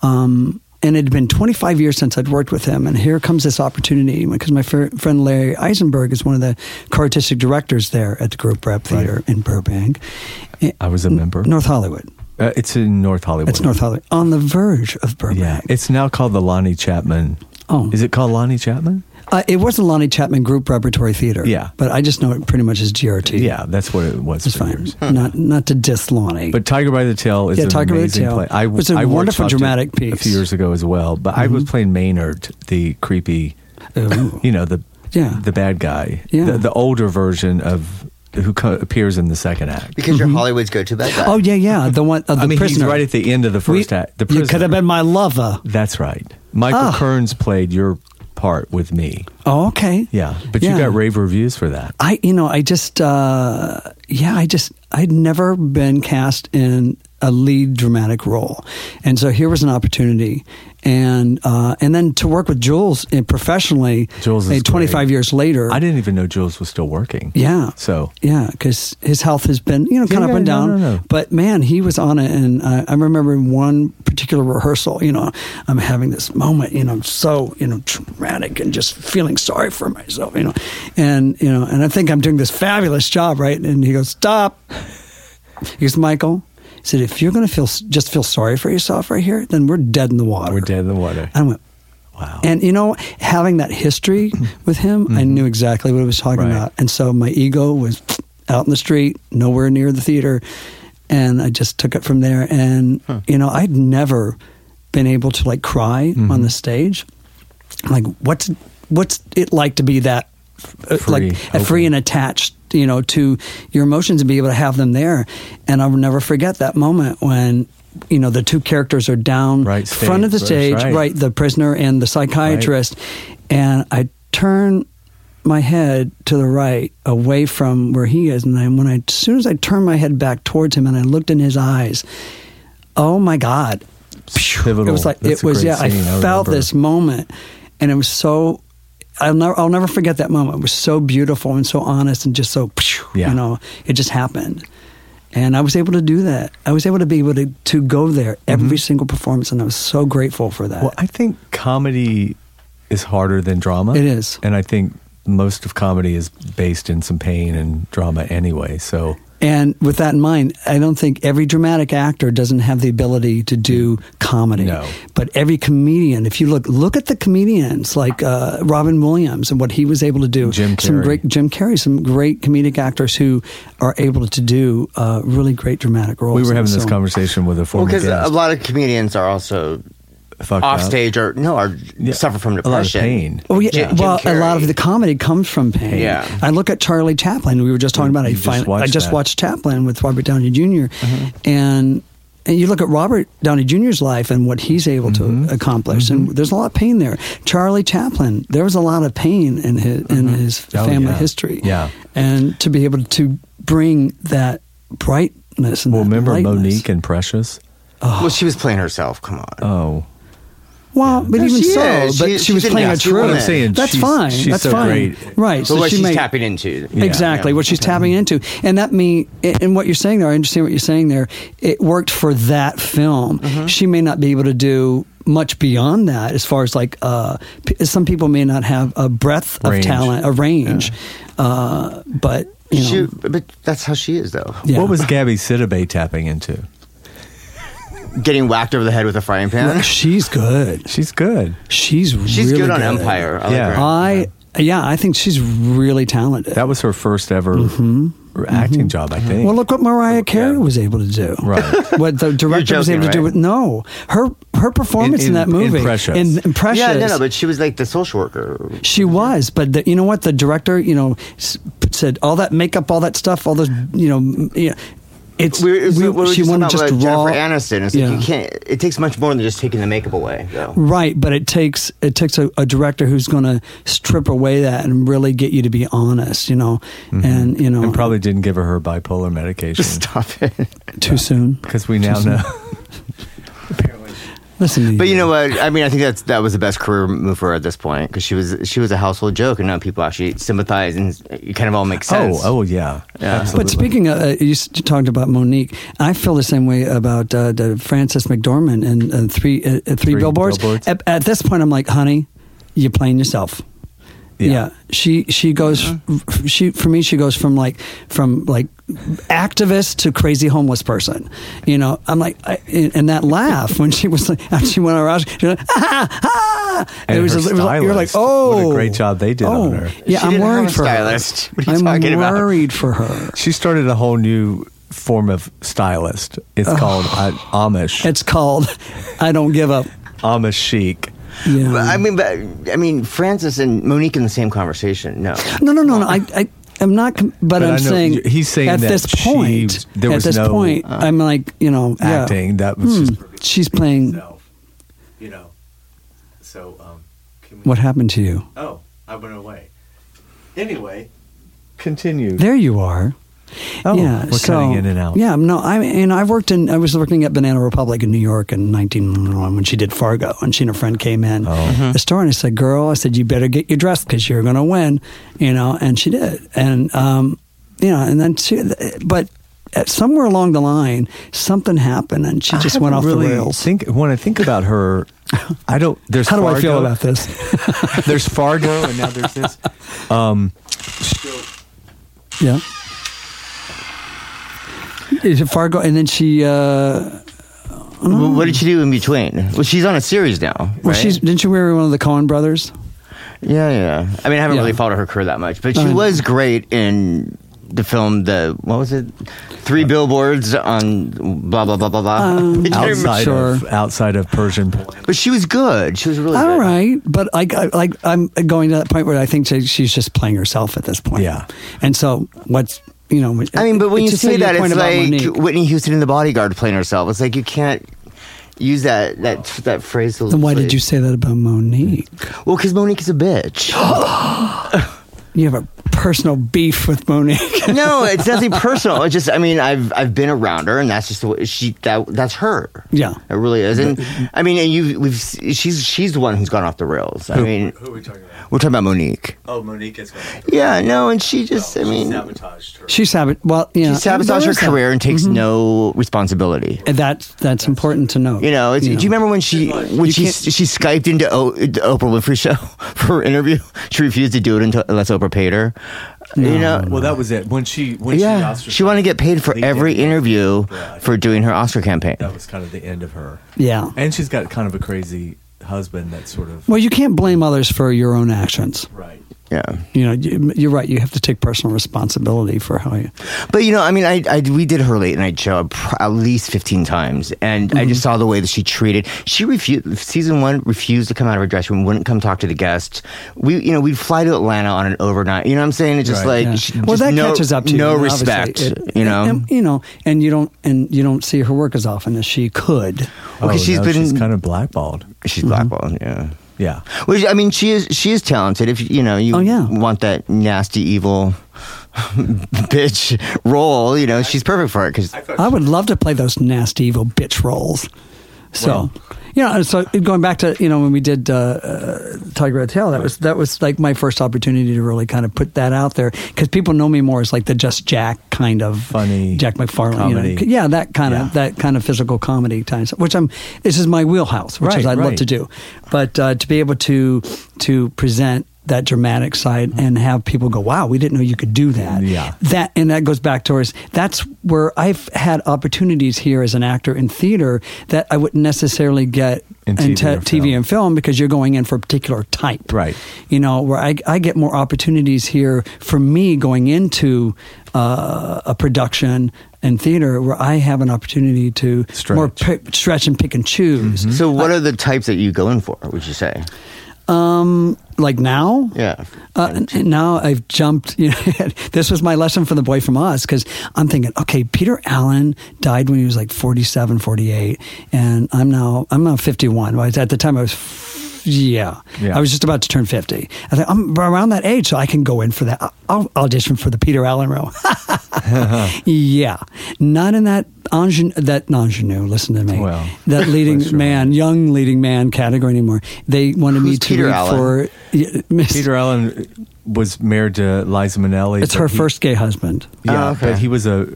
D: Um, and it had been 25 years since I'd worked with him, and here comes this opportunity because my fr- friend Larry Eisenberg is one of the co-artistic directors there at the Group Rep Theater in Burbank, Eh,
B: I was a member.
D: North Hollywood.
B: Uh, it's in North Hollywood.
D: It's North Hollywood on the verge of
B: Yeah,
D: Burbank.
B: it's now called the Lonnie Chapman.
D: Oh.
B: is it called Lonnie Chapman?
D: uh, it was the Lonnie Chapman Group Repertory Theater.
B: Yeah.
D: but I just know it pretty much as GRT.
B: Yeah, that's what it was
D: it's
B: for
D: fine.
B: years.
D: Not not to diss Lonnie,
B: But Tiger by the Tail is
D: Yeah,
B: an
D: Tiger by the
B: amazing
D: Tail.
B: play. I,
D: It's a
B: I
D: wonderful
B: workshopped it
D: dramatic
B: a
D: piece. Mm-hmm.
B: few years ago as well. But I was playing Maynard, the creepy,
D: Ooh.
B: you know, the
D: Yeah.
B: the bad guy,
D: Yeah.
B: the, the older version of who co- appears in the second act.
C: Because your Hollywood's go to bed.
D: Mm-hmm. oh yeah, yeah, the one uh, the
B: I mean,
D: prisoner.
B: he's right at the end of the
D: We-
B: first act. The
D: you could
B: prisoner.
D: have been my lover.
B: That's right. Michael
D: Ah.
B: Kearns played your part with me.
D: Oh, okay.
B: Yeah, but you
D: Yeah.
B: got rave reviews for that.
D: I, you know, I just, uh, yeah, I just, I'd never been cast in a lead dramatic role, and so here was an opportunity, and uh, and then to work with Jules uh, professionally,
B: Jules is
D: uh, 25
B: great.
D: years later,
B: I didn't even know Jules was still working.
D: yeah,
B: So
D: yeah, because his health has been, you know, kind of
B: yeah,
D: up and
B: no,
D: down.
B: no, no.
D: But man, he was on it, and I, I remember in one particular rehearsal, you know, I'm having this moment, you know, I'm so you know traumatic and just feeling sorry for myself, you know, and you know, and I think I'm doing this fabulous job, right? And he goes, "Stop," he goes, "Michael," he said, "If you're going to feel just feel sorry for yourself right here, then we're dead in the water.
B: we're dead in the water.
D: I went,
B: Wow. Hmm. Mm-hmm.
D: and you know, having that history with him, I knew exactly what I was talking
B: Right.
D: about. And so my ego was out in the street, nowhere near the theater. And I just took it from there. And, you know, I'd never been able to like cry
B: Mm-hmm.
D: on the stage. Like, what's, what's it like to be that uh,
B: Free,
D: like uh, free
B: open.
D: and attached, you know, to your emotions and be able to have them there. And I'll never forget that moment when, you know, the two characters are down
B: Right,
D: front of the
B: stage,
D: stage,
B: right.
D: right the prisoner and the psychiatrist, and I turn my head to the right, away from where he is, and then when I, as soon as I turned my head back towards him, and I looked in his eyes, oh my God!
B: Pivotal.
D: It was like
B: That's
D: it
B: a
D: was
B: great
D: yeah. I
B: scene. I
D: felt
B: remember.
D: this moment, and it was so. I'll never, I'll never forget that moment. It was so beautiful and so honest and just so,
B: Yeah.
D: you know, it just happened. And I was able to do that. I was able to be able to, to go there every
B: Mm-hmm.
D: single performance, and I was so grateful for that.
B: Well, I think comedy is harder than drama.
D: It is.
B: And I think most of comedy is based in some pain and drama anyway. So
D: And with that in mind, I don't think every dramatic actor doesn't have the ability to do comedy.
B: Hmm. No.
D: But every comedian, if you look look at the comedians like uh, Robin Williams and what he was able to do,
B: Jim
D: some
B: Carrey.
D: great Jim Carrey, some great comedic actors who are able to do uh, really great dramatic roles.
B: we were having this
D: So-
B: conversation with a
C: Well,
B: former
C: because a
B: guest.
C: lot of comedians are also
B: Fucked
C: off
B: up.
C: stage or no, are
B: Yeah.
C: suffer from
B: A lot of
C: depression.
B: pain.
D: Oh yeah,
C: Jim- Jim
D: well, a
C: Carrey.
D: lot of the comedy comes from pain.
C: Yeah.
D: I look at Charlie Chaplin. We were just talking about.
B: You
D: it.
B: just
D: Fin- I
B: watched
D: just
B: that. Mm-hmm.
D: watched Chaplin with Robert Downey junior and and you look at Robert Downey Jr.'s life and what he's able to
B: Mm-hmm.
D: accomplish, and there's a lot of pain there. Charlie Chaplin, there was a lot of pain in his in his
B: Oh,
D: family
B: yeah.
D: history.
B: Yeah.
D: and to be able to bring that brightness and
B: Well,
D: that
B: remember
D: lightness.
B: Monique and Precious?
C: Well, she was playing herself. Come on.
B: Oh.
D: Well, but
C: No,
D: even
C: she
D: so,
C: is.
D: but
C: She-
D: she,
C: she's
D: was
C: a
D: playing a
C: nasty
D: true.
C: woman. I'm saying
D: that's
B: she's-
D: fine.
B: she's
D: that's
B: so
D: fine.
B: great.
D: Right.
C: so,
D: So,
C: what
D: she
C: she's
D: may,
C: tapping into.
D: Exactly
C: Yeah. Mm-hmm.
D: what she's tapping into, and that me and what you're saying there. I understand what you're saying there. It worked for that film.
C: Mm-hmm.
D: She may not be able to do much beyond that, as far as like uh, p- some people may not have a breadth of
B: Range.
D: talent, a range. Uh, but you know,
C: She, but that's how she is, though.
D: yeah.
B: What was Gabby Sidibe tapping into?
C: Getting whacked over the head with a frying pan.
D: She's good.
B: She's good.
D: She's
C: She's
D: really
C: good on Empire. I like
B: Yeah.
C: her.
D: I yeah, I think she's really talented.
B: That was her first ever acting job, I think.
D: Well, look what Mariah Carey was able to do.
B: Right.
D: What the director was
C: joking,
D: able to do
C: right?
D: with no her her performance in,
B: in-
D: that
B: in
D: movie
B: Precious.
D: in, in Uh, Precious
C: Yeah, no, no, but she was like the social worker.
D: She was, but the, you know what? The director, you know, s- said all that makeup, all that stuff, all those, you know, m- you know, it's
C: We, we,
D: we-
C: we were
D: she
C: just talking
D: wanted
C: about
D: just
C: like
D: raw.
C: Jennifer Aniston. It's
D: Yeah.
C: like you can't. It takes much more than just taking the makeup away, though.
D: Right, but it takes it takes a, a director who's going to strip away that and really get you to be honest, you know, and you know,
B: Mm-hmm. And probably didn't give her her bipolar medication
C: Stop it.
D: too soon.
B: because we now know.
D: Listen, to
C: But you know what? I mean, I think that's that was the best career move for her at this point because she was she was a household joke, and now people actually sympathize, and it kind of all makes sense.
B: Oh, oh yeah, absolutely.
D: But speaking of, uh, you s- you talked about Monique. I feel the same way about uh, the Frances McDormand and, and three, uh, uh, three
B: Three
D: billboards.
B: Billboards.
D: At, at this point, I'm like, honey, you're playing yourself.
B: Yeah.
D: Yeah. she she goes.
C: Uh-huh.
D: f- She for me, she goes from like from like activist to crazy homeless person. You know, I'm like, I, and and that laugh when she was like, after she went around, she was like, ah, ah.
B: And
D: it was,
B: her
D: just- it was like, you're like,
B: stylist.
D: oh,
B: What a great job they did
D: oh.
B: on her.
D: Yeah,
C: She
D: I'm
C: didn't have
D: worried
C: a
D: for
C: stylist.
D: her.
C: What are you
D: I'm
C: talking about?
D: worried for her.
B: she started a whole new form of stylist. It's called uh, Amish.
D: It's called I Don't Give Up.
B: Amish chic.
D: Yeah.
C: But, I mean, but I mean, Francis and Monique in the same conversation. No,
D: no, no, no, no. I, I, I'm not. com- But,
B: But I
D: I'm
B: know-
D: saying
B: he's saying
D: at
B: that
D: this
B: she-
D: point.
B: there was
D: at this
B: no,
D: point,
B: uh,
D: I'm like you know yeah.
B: Acting that was
D: Hmm,
B: just
D: she's playing.
B: you know. So um, can
D: What happened to you?
B: Oh, I went away. Anyway, continue.
D: There you are.
B: Oh,
D: yeah,
B: we're
D: so,
B: cutting in and out.
D: Yeah, no, I and I worked in. I was working at Banana Republic in New York in 1991 when she did Fargo, and she and a friend came in
B: Oh. Mm-hmm.
D: the store, and I said, "Girl, I said you better get your dress because you're going to win," you know, and she did, and um, you know, and then she, but at- somewhere along the line, something happened, and she just
B: I
D: went off
B: haven't really
D: the rails.
B: Think when I think about her, I don't. There's
D: How do I feel
B: Fargo.
D: about this?
B: There's Fargo, and now there's this.
D: yeah. Is it Fargo? And then she, uh,
C: Well, what did she do in between? Well, she's on a series now. Right?
D: well, she's didn't she marry one of the Cohen brothers?
C: yeah, yeah. I mean, I haven't
D: Yeah.
C: really followed her career that much, but
D: I
C: she
D: know.
C: was great in the film. The what was it? Three billboards on blah blah blah blah blah.
D: Um,
C: Which I remember-
B: Outside of
D: Sure.
B: outside of Persian. Point.
C: but she was good. She was really
D: All
C: good.
D: right, but like, I, like I'm going to that point where I think she, she's just playing herself at this point.
B: Yeah.
D: and so what's you know?
C: I mean, but when you
D: just to
C: say
D: your
C: that,
D: point
C: it's
D: about
C: like
D: Monique,
C: Whitney Houston in The Bodyguard playing herself. It's like you can't use that that that phrase.
D: then why did you say that about Monique?
C: Well, because Monique is a bitch.
D: You have a personal beef with Monique.
C: no, it's nothing personal. It's just I mean I've I've been around her, and that's just the way she that that's her.
D: Yeah.
C: it really is. And I mean, and you we've she's she's the one who's gone off the rails. I mean,
B: are we talking about?
C: we're talking about Monique.
B: Oh, Monique is going.
C: Yeah, no, and she just I mean
B: sabotaged her.
D: she sabotaged. Well, yeah, Mm-hmm.
C: she sabotaged
D: there
C: her
D: is that.
C: career and takes no responsibility.
D: And that that's important to know.
C: You know, it's, do you remember when she when she she skyped into o, the Oprah Winfrey show for her interview? She refused to do it until, unless Oprah paid her. you know,
B: Well, that was it. When she when she
C: yeah,
B: ostracized-
C: she wanted to get paid for
B: They
C: every
B: did.
C: interview
B: Yeah.
C: for doing her Oscar campaign.
B: That was kind of the end of her.
D: Yeah.
B: And she's got kind of a crazy husband that sort of
D: Well, you can't blame others for your own actions.
B: right.
C: Yeah,
D: You know, you, you're right. You have to take personal responsibility for how you.
C: but you know, I mean, I, I we did her late night show pr- at least fifteen times, and I
D: Mm-hmm.
C: just saw the way that she treated. She refused season one refused to come out of her dressing room, wouldn't come talk to the guests. We you know we'd fly to Atlanta on an overnight. You know what I'm saying? It's just
B: Right.
C: like
D: Yeah.
C: she-
D: well,
C: just
D: that
C: no,
D: catches up to you.
C: no
D: and obviously
C: respect.
D: it-
C: you know,
D: and, you know, and you don't, and you don't see her work as often as she could.
C: Well, 'cause she's been-
B: Oh, she's kind of Mm-hmm. blackballed.
C: She's blackballed, yeah.
B: Yeah.
C: Which I mean, she is she is talented. If you know you
D: Oh, yeah.
C: want that nasty evil bitch role, you know she's perfect for it. Because
D: I would love to play those nasty, evil bitch roles. So, you know, and so going back to you know when we did uh, uh, Tiger Red Tail, that was that was like my first opportunity to really kind of put that out there because people know me more as like the Just Jack kind of
B: Funny
D: Jack McFarlane, you know,
B: comedy.
D: yeah, that kind
B: Yeah.
D: of that kind of physical comedy times, which I'm this is my wheelhouse, which
B: Right,
D: is I
B: right.
D: love to do, but uh, to be able to to present that dramatic side and have people go, wow, we didn't know you could do that
B: Yeah.
D: that and that goes back towards that's where I've had opportunities here as an actor in theater that I wouldn't necessarily get
B: In And
D: and
B: TV or
D: te- TV
B: film.
D: and film because you're going in for a particular type.
B: Right.
D: You know, where I, I get more opportunities here for me going into uh, a production and theater where I have an opportunity to
B: Stretch.
D: more pi stretch and pick and choose.
C: So, what are the types that you go in for? Would you say?
B: Mm-hmm.
D: Like now,
C: Yeah.
D: Uh, and- and now I've jumped. You know, this was my lesson for the boy from Oz because I'm thinking, okay, Peter Allen died when he was like 47, 48, and I'm now I'm now 51. Well, At the time, I was. f- Yeah.
B: Yeah.
D: I was just about to turn 50. I thought, I'm around that age, so I can go in for that. I'll- I'll audition for the Peter Allen role. yeah. Not in that ingenue, that ingenue, listen to me.
B: Well,
D: that leading
B: sure.
D: man, young leading man category anymore. They wanted me
C: Who's
D: to
C: Peter
D: read
C: Allen?
D: for yeah, Miss-
B: Peter Allen uh, was married to Liza Minnelli.
D: it's
B: but
D: her
B: he-
D: first gay husband.
B: Yeah,
C: Oh, okay.
B: but he was a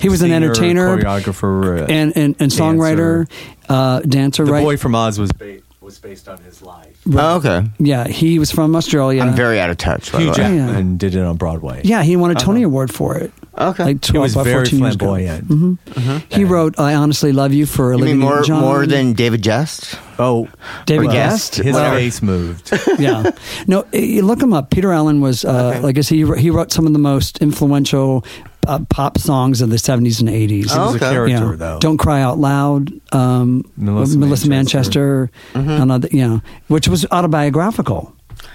D: He was an
B: singer,
D: entertainer,
B: choreographer, uh,
D: and, and, and songwriter,
B: dancer.
D: uh, dancer,
B: The
D: right?
B: boy from Oz was ba- was based on his life.
C: Oh, okay.
D: yeah, he was from Australia.
C: I'm very out of touch. By the
B: Uh, Hugh
C: way.
B: Jackman did it on Broadway.
D: yeah, he won a Tony Award for it.
C: Okay.
D: like
B: Uh-huh. he
D: twelve
B: was
D: or
B: very
D: fourteen years ago. Mm-hmm.
B: flamboyant.
D: He wrote "I Honestly Love You" for a
C: You
D: living.
C: mean more
D: John.
C: more than David Jest?
B: Oh,
D: David
B: well,
D: Guest?
B: His
D: Whatever.
B: face moved.
D: yeah. No, eh, you look him up. Peter Allen was, uh, like I said, he, wr- he wrote some of the most influential uh, pop songs of the 70s and 80s.
B: He was a
C: Okay.
B: character,
D: Yeah.
B: though.
D: Don't Cry Out Loud, um,
B: Melissa
D: Melissa, Manchester, another, you know, which was autobiographical,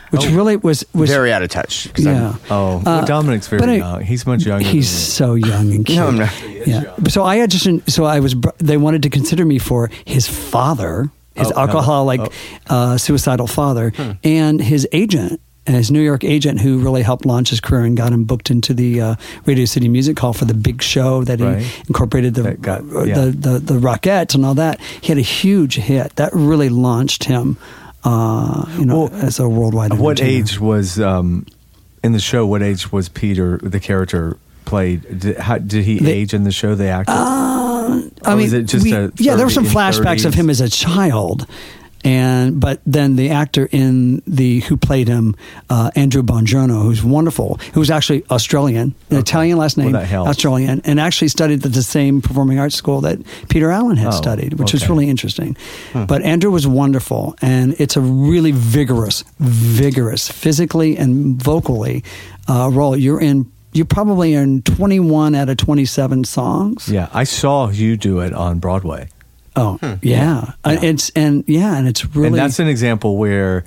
D: which really was. was
C: Very out of touch. 'cause I'm-
D: yeah.
B: Oh, well, Dominic's very
D: Uh, but I-
B: young. He's much younger.
D: He's
B: than
D: so young and cute.
C: I'm not.
D: Yeah. So I auditioned. So I was. br- They wanted to consider me for his father, his
B: Oh, Hmm. no.
D: alcoholic, uh, suicidal father, and his agent, and his New York agent, who really helped launch his career and got him booked into the uh, Radio City Music Hall for the big show that
B: Right.
D: he incorporated the,
B: That got-
D: uh,
B: yeah.
D: the the the Rockettes and all that. He had a huge hit that really launched him. Uh, you know,
B: Well,
D: as a worldwide.
B: me. What
D: entertainer.
B: age was um, in the show? What age was Peter, the character played? Did, how, did he
D: The- Uh,
B: age in the show? The actor.
D: Um, I
B: Or
D: mean,
B: was Oh, it just
D: we-
B: a
D: yeah, there were some
B: 30s,
D: flashbacks of
B: 30s?
D: him as a child, and but then the actor in the who played him, uh, Andrew Bongiorno, who's wonderful, who's actually Australian, an Italian last name,
B: that helps.
D: Australian, and actually studied at the same performing arts school that Peter Allen had
B: Oh,
D: studied, which was
B: okay.
D: really interesting. But Andrew was wonderful, and it's a really vigorous, vigorous, physically and vocally uh, role. You're in. You probably in 21 out of 27 songs.
B: yeah, I saw you do it on Broadway.
D: Oh yeah, Uh, it's and yeah, and it's really
B: Hmm. And that's an example where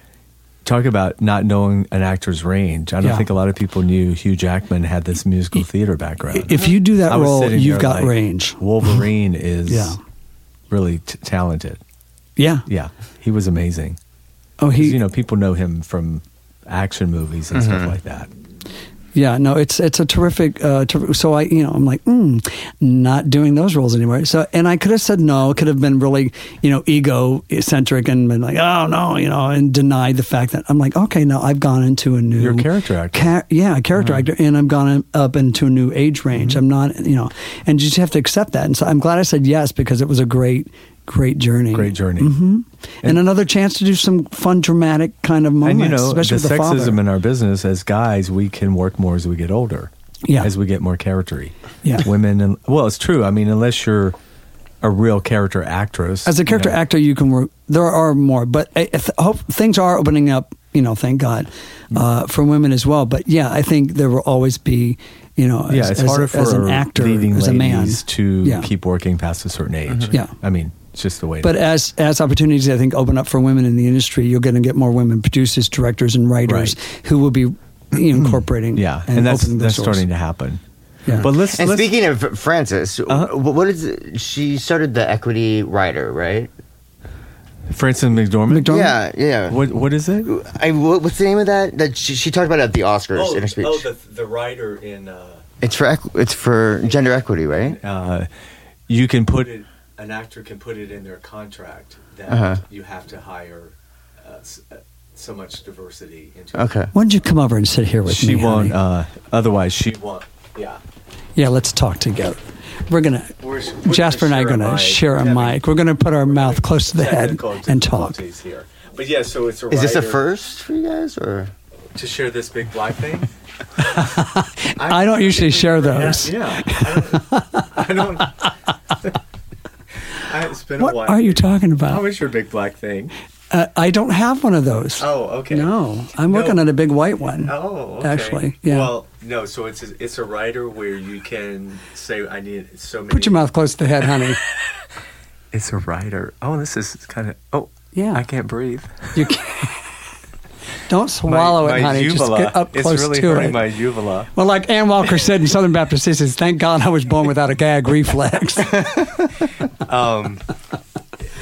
B: talk about not knowing an actor's range. I don't
D: Yeah.
B: think a lot of people knew Hugh Jackman had this musical theater background.
D: if you do that
B: I was
D: role,
B: sitting
D: you've
B: there
D: got
B: like,
D: range.
B: Wolverine is
D: Yeah.
B: really t- talented.
D: Yeah.
B: Yeah, he was amazing. 'Cause,
D: Oh, he. Mm-hmm.
B: you know, people know him from action movies and stuff like that.
D: yeah. No, it's it's a terrific. Uh, ter- so I, you know, I'm like, mm, not doing those roles anymore. So and I could have said no. Could have been really, you know, ego centric and been like, oh no, you know, and denied the fact that I'm like, okay, no, I've gone into a new
B: You're a character actor.
D: Ca- yeah, a character actor, and I'm gone in- up into a new age
B: Mm-hmm.
D: range. I'm not, you know, and you just have to accept that. And so I'm glad I said yes because it was a great, great journey. Mm-hmm.
B: Great journey.
D: and, another chance to do some fun, dramatic kind of
B: And
D: moments,
B: you know, the
D: Oh, especially with the
B: sexism
D: father.
B: in our business as guys, we can work more as we get older.
D: Yeah.
B: As we get more charactery.
D: Yeah.
B: Women and well, it's true. I mean, unless you're a real character actress.
D: As a character
B: actor.
D: actor, you can work. There are more, but I, I th- hope things are opening up. You know, thank God
B: Mm.
D: uh, for women as well. But yeah, I think there will always be. You know, as,
B: yeah, it's
D: as-
B: harder for
D: as an actor,
B: leading
D: as a man,
B: ladies to
D: Yeah. Mm-hmm.
B: keep working past a certain age.
D: Yeah.
B: I mean, it's just the way.
D: But
B: it is.
D: as as opportunities, I think, open up for women in the industry, you're going to get more women producers, directors, and writers
B: Right. Mm-hmm.
D: who will be you know, incorporating.
B: yeah, and, that's
D: opening the
B: that's
D: doors.
B: starting to happen.
D: Yeah.
B: But let's,
C: And
B: let's
C: speaking of Francis,
B: Uh-huh.
C: wh- what is it- she started the Equity Rider, right?
B: Francis McDormand.
D: McDormand?
C: Yeah, yeah.
B: What what is it?
C: I, wha- what's the name of that? That she, she talked about it at the Oscars in her speech.
B: Oh, the writer in. Uh,
C: it's for equ- it's for gender equity, right?
B: uh, you can put it. An actor can put it in their contract that
C: Uh-huh.
B: you have to hire uh, so much diversity into.
C: Okay.
D: Why don't you come over and sit here with
B: She
D: me?
B: won't.
D: honey?
B: Uh, otherwise, she won't. Yeah.
D: yeah, let's talk together. We're gonna.
B: We're- we're gonna
D: Jasper and I are
B: share a
D: gonna
B: mic.
D: share a
B: Yeah,
D: mic. We're gonna put our mouth close to the head
B: Technical
D: and talk.
B: difficulties Here. But yeah, so it's a
C: Is this a
B: writer-
C: first for you guys, or
B: to share this big black thing?
D: I don't usually share those.
B: Yeah. I don't. I don't It's been
D: What
B: a while.
D: are you talking about?
B: How is your big black thing?
D: Uh, I don't have one of those.
B: Oh, okay.
D: No, I'm
B: No.
D: working on a big white one.
B: Oh, okay.
D: Actually, yeah.
B: Well, no. So it's a, it's a writer where you can say I need so many.
D: Put your mouth close to the head, honey.
B: It's a writer. Oh, this is kind of. Oh,
D: Yeah.
B: I can't breathe.
D: You can't. Don't swallow it, honey. Just get up close
B: it's really
D: to
B: hurting
D: it.
B: my uvula.
D: well, like Ann Walker said in Southern Baptist Sisters, thank God I was born without a gag reflex.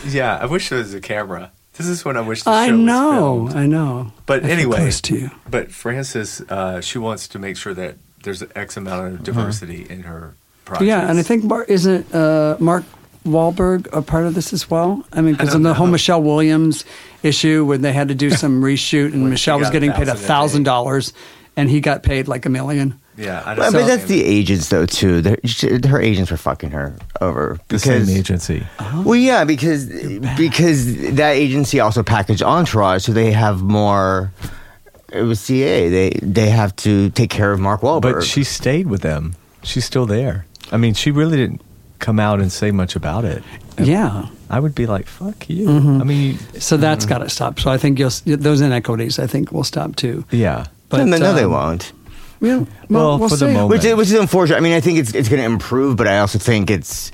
B: Yeah, I wish there was a camera. This is when I wish the
D: I
B: show was
D: know,
B: filmed.
D: I know.
B: But
D: I feel
B: anyway,
D: close to you.
B: But Frances, uh, she wants to make sure that there's X amount of diversity in her project.
D: Uh-huh. Yeah, and I think Mar- isn't uh, Mark Wahlberg a part of this as well? I mean, because
B: don't
D: in the
B: know.
D: whole Michelle Williams issue, when they had to do some reshoot, and
B: When she
D: Michelle was
B: got
D: getting paid a
B: $1,000
D: thousand dollars, and he got paid like a million.
B: Yeah, I
C: But,
B: don't
C: but
B: know.
C: that's the agents, though, too. They're, sh- her agents were fucking her over. because-
B: agency.
C: Well, yeah, because because that agency also packaged Entourage, so they have more. It was CA. They they have to take care of Mark Wahlberg.
B: But she stayed with them. She's still there. I mean, she really didn't come out and say much about it.
D: Yeah,
B: I would be like, "Fuck you."
C: Mm-hmm.
B: I mean,
D: so that's got to stop. So I think you'll, s- those inequities, I think, will stop too.
B: you- yeah.
C: no, no, no, they
D: um,
C: won't.
D: we don't-
B: Well,
D: Well, we'll
B: for the
D: see.
B: moment.
C: Which is, which is unfortunate. I mean, I think it's it's going to improve, but I also think it's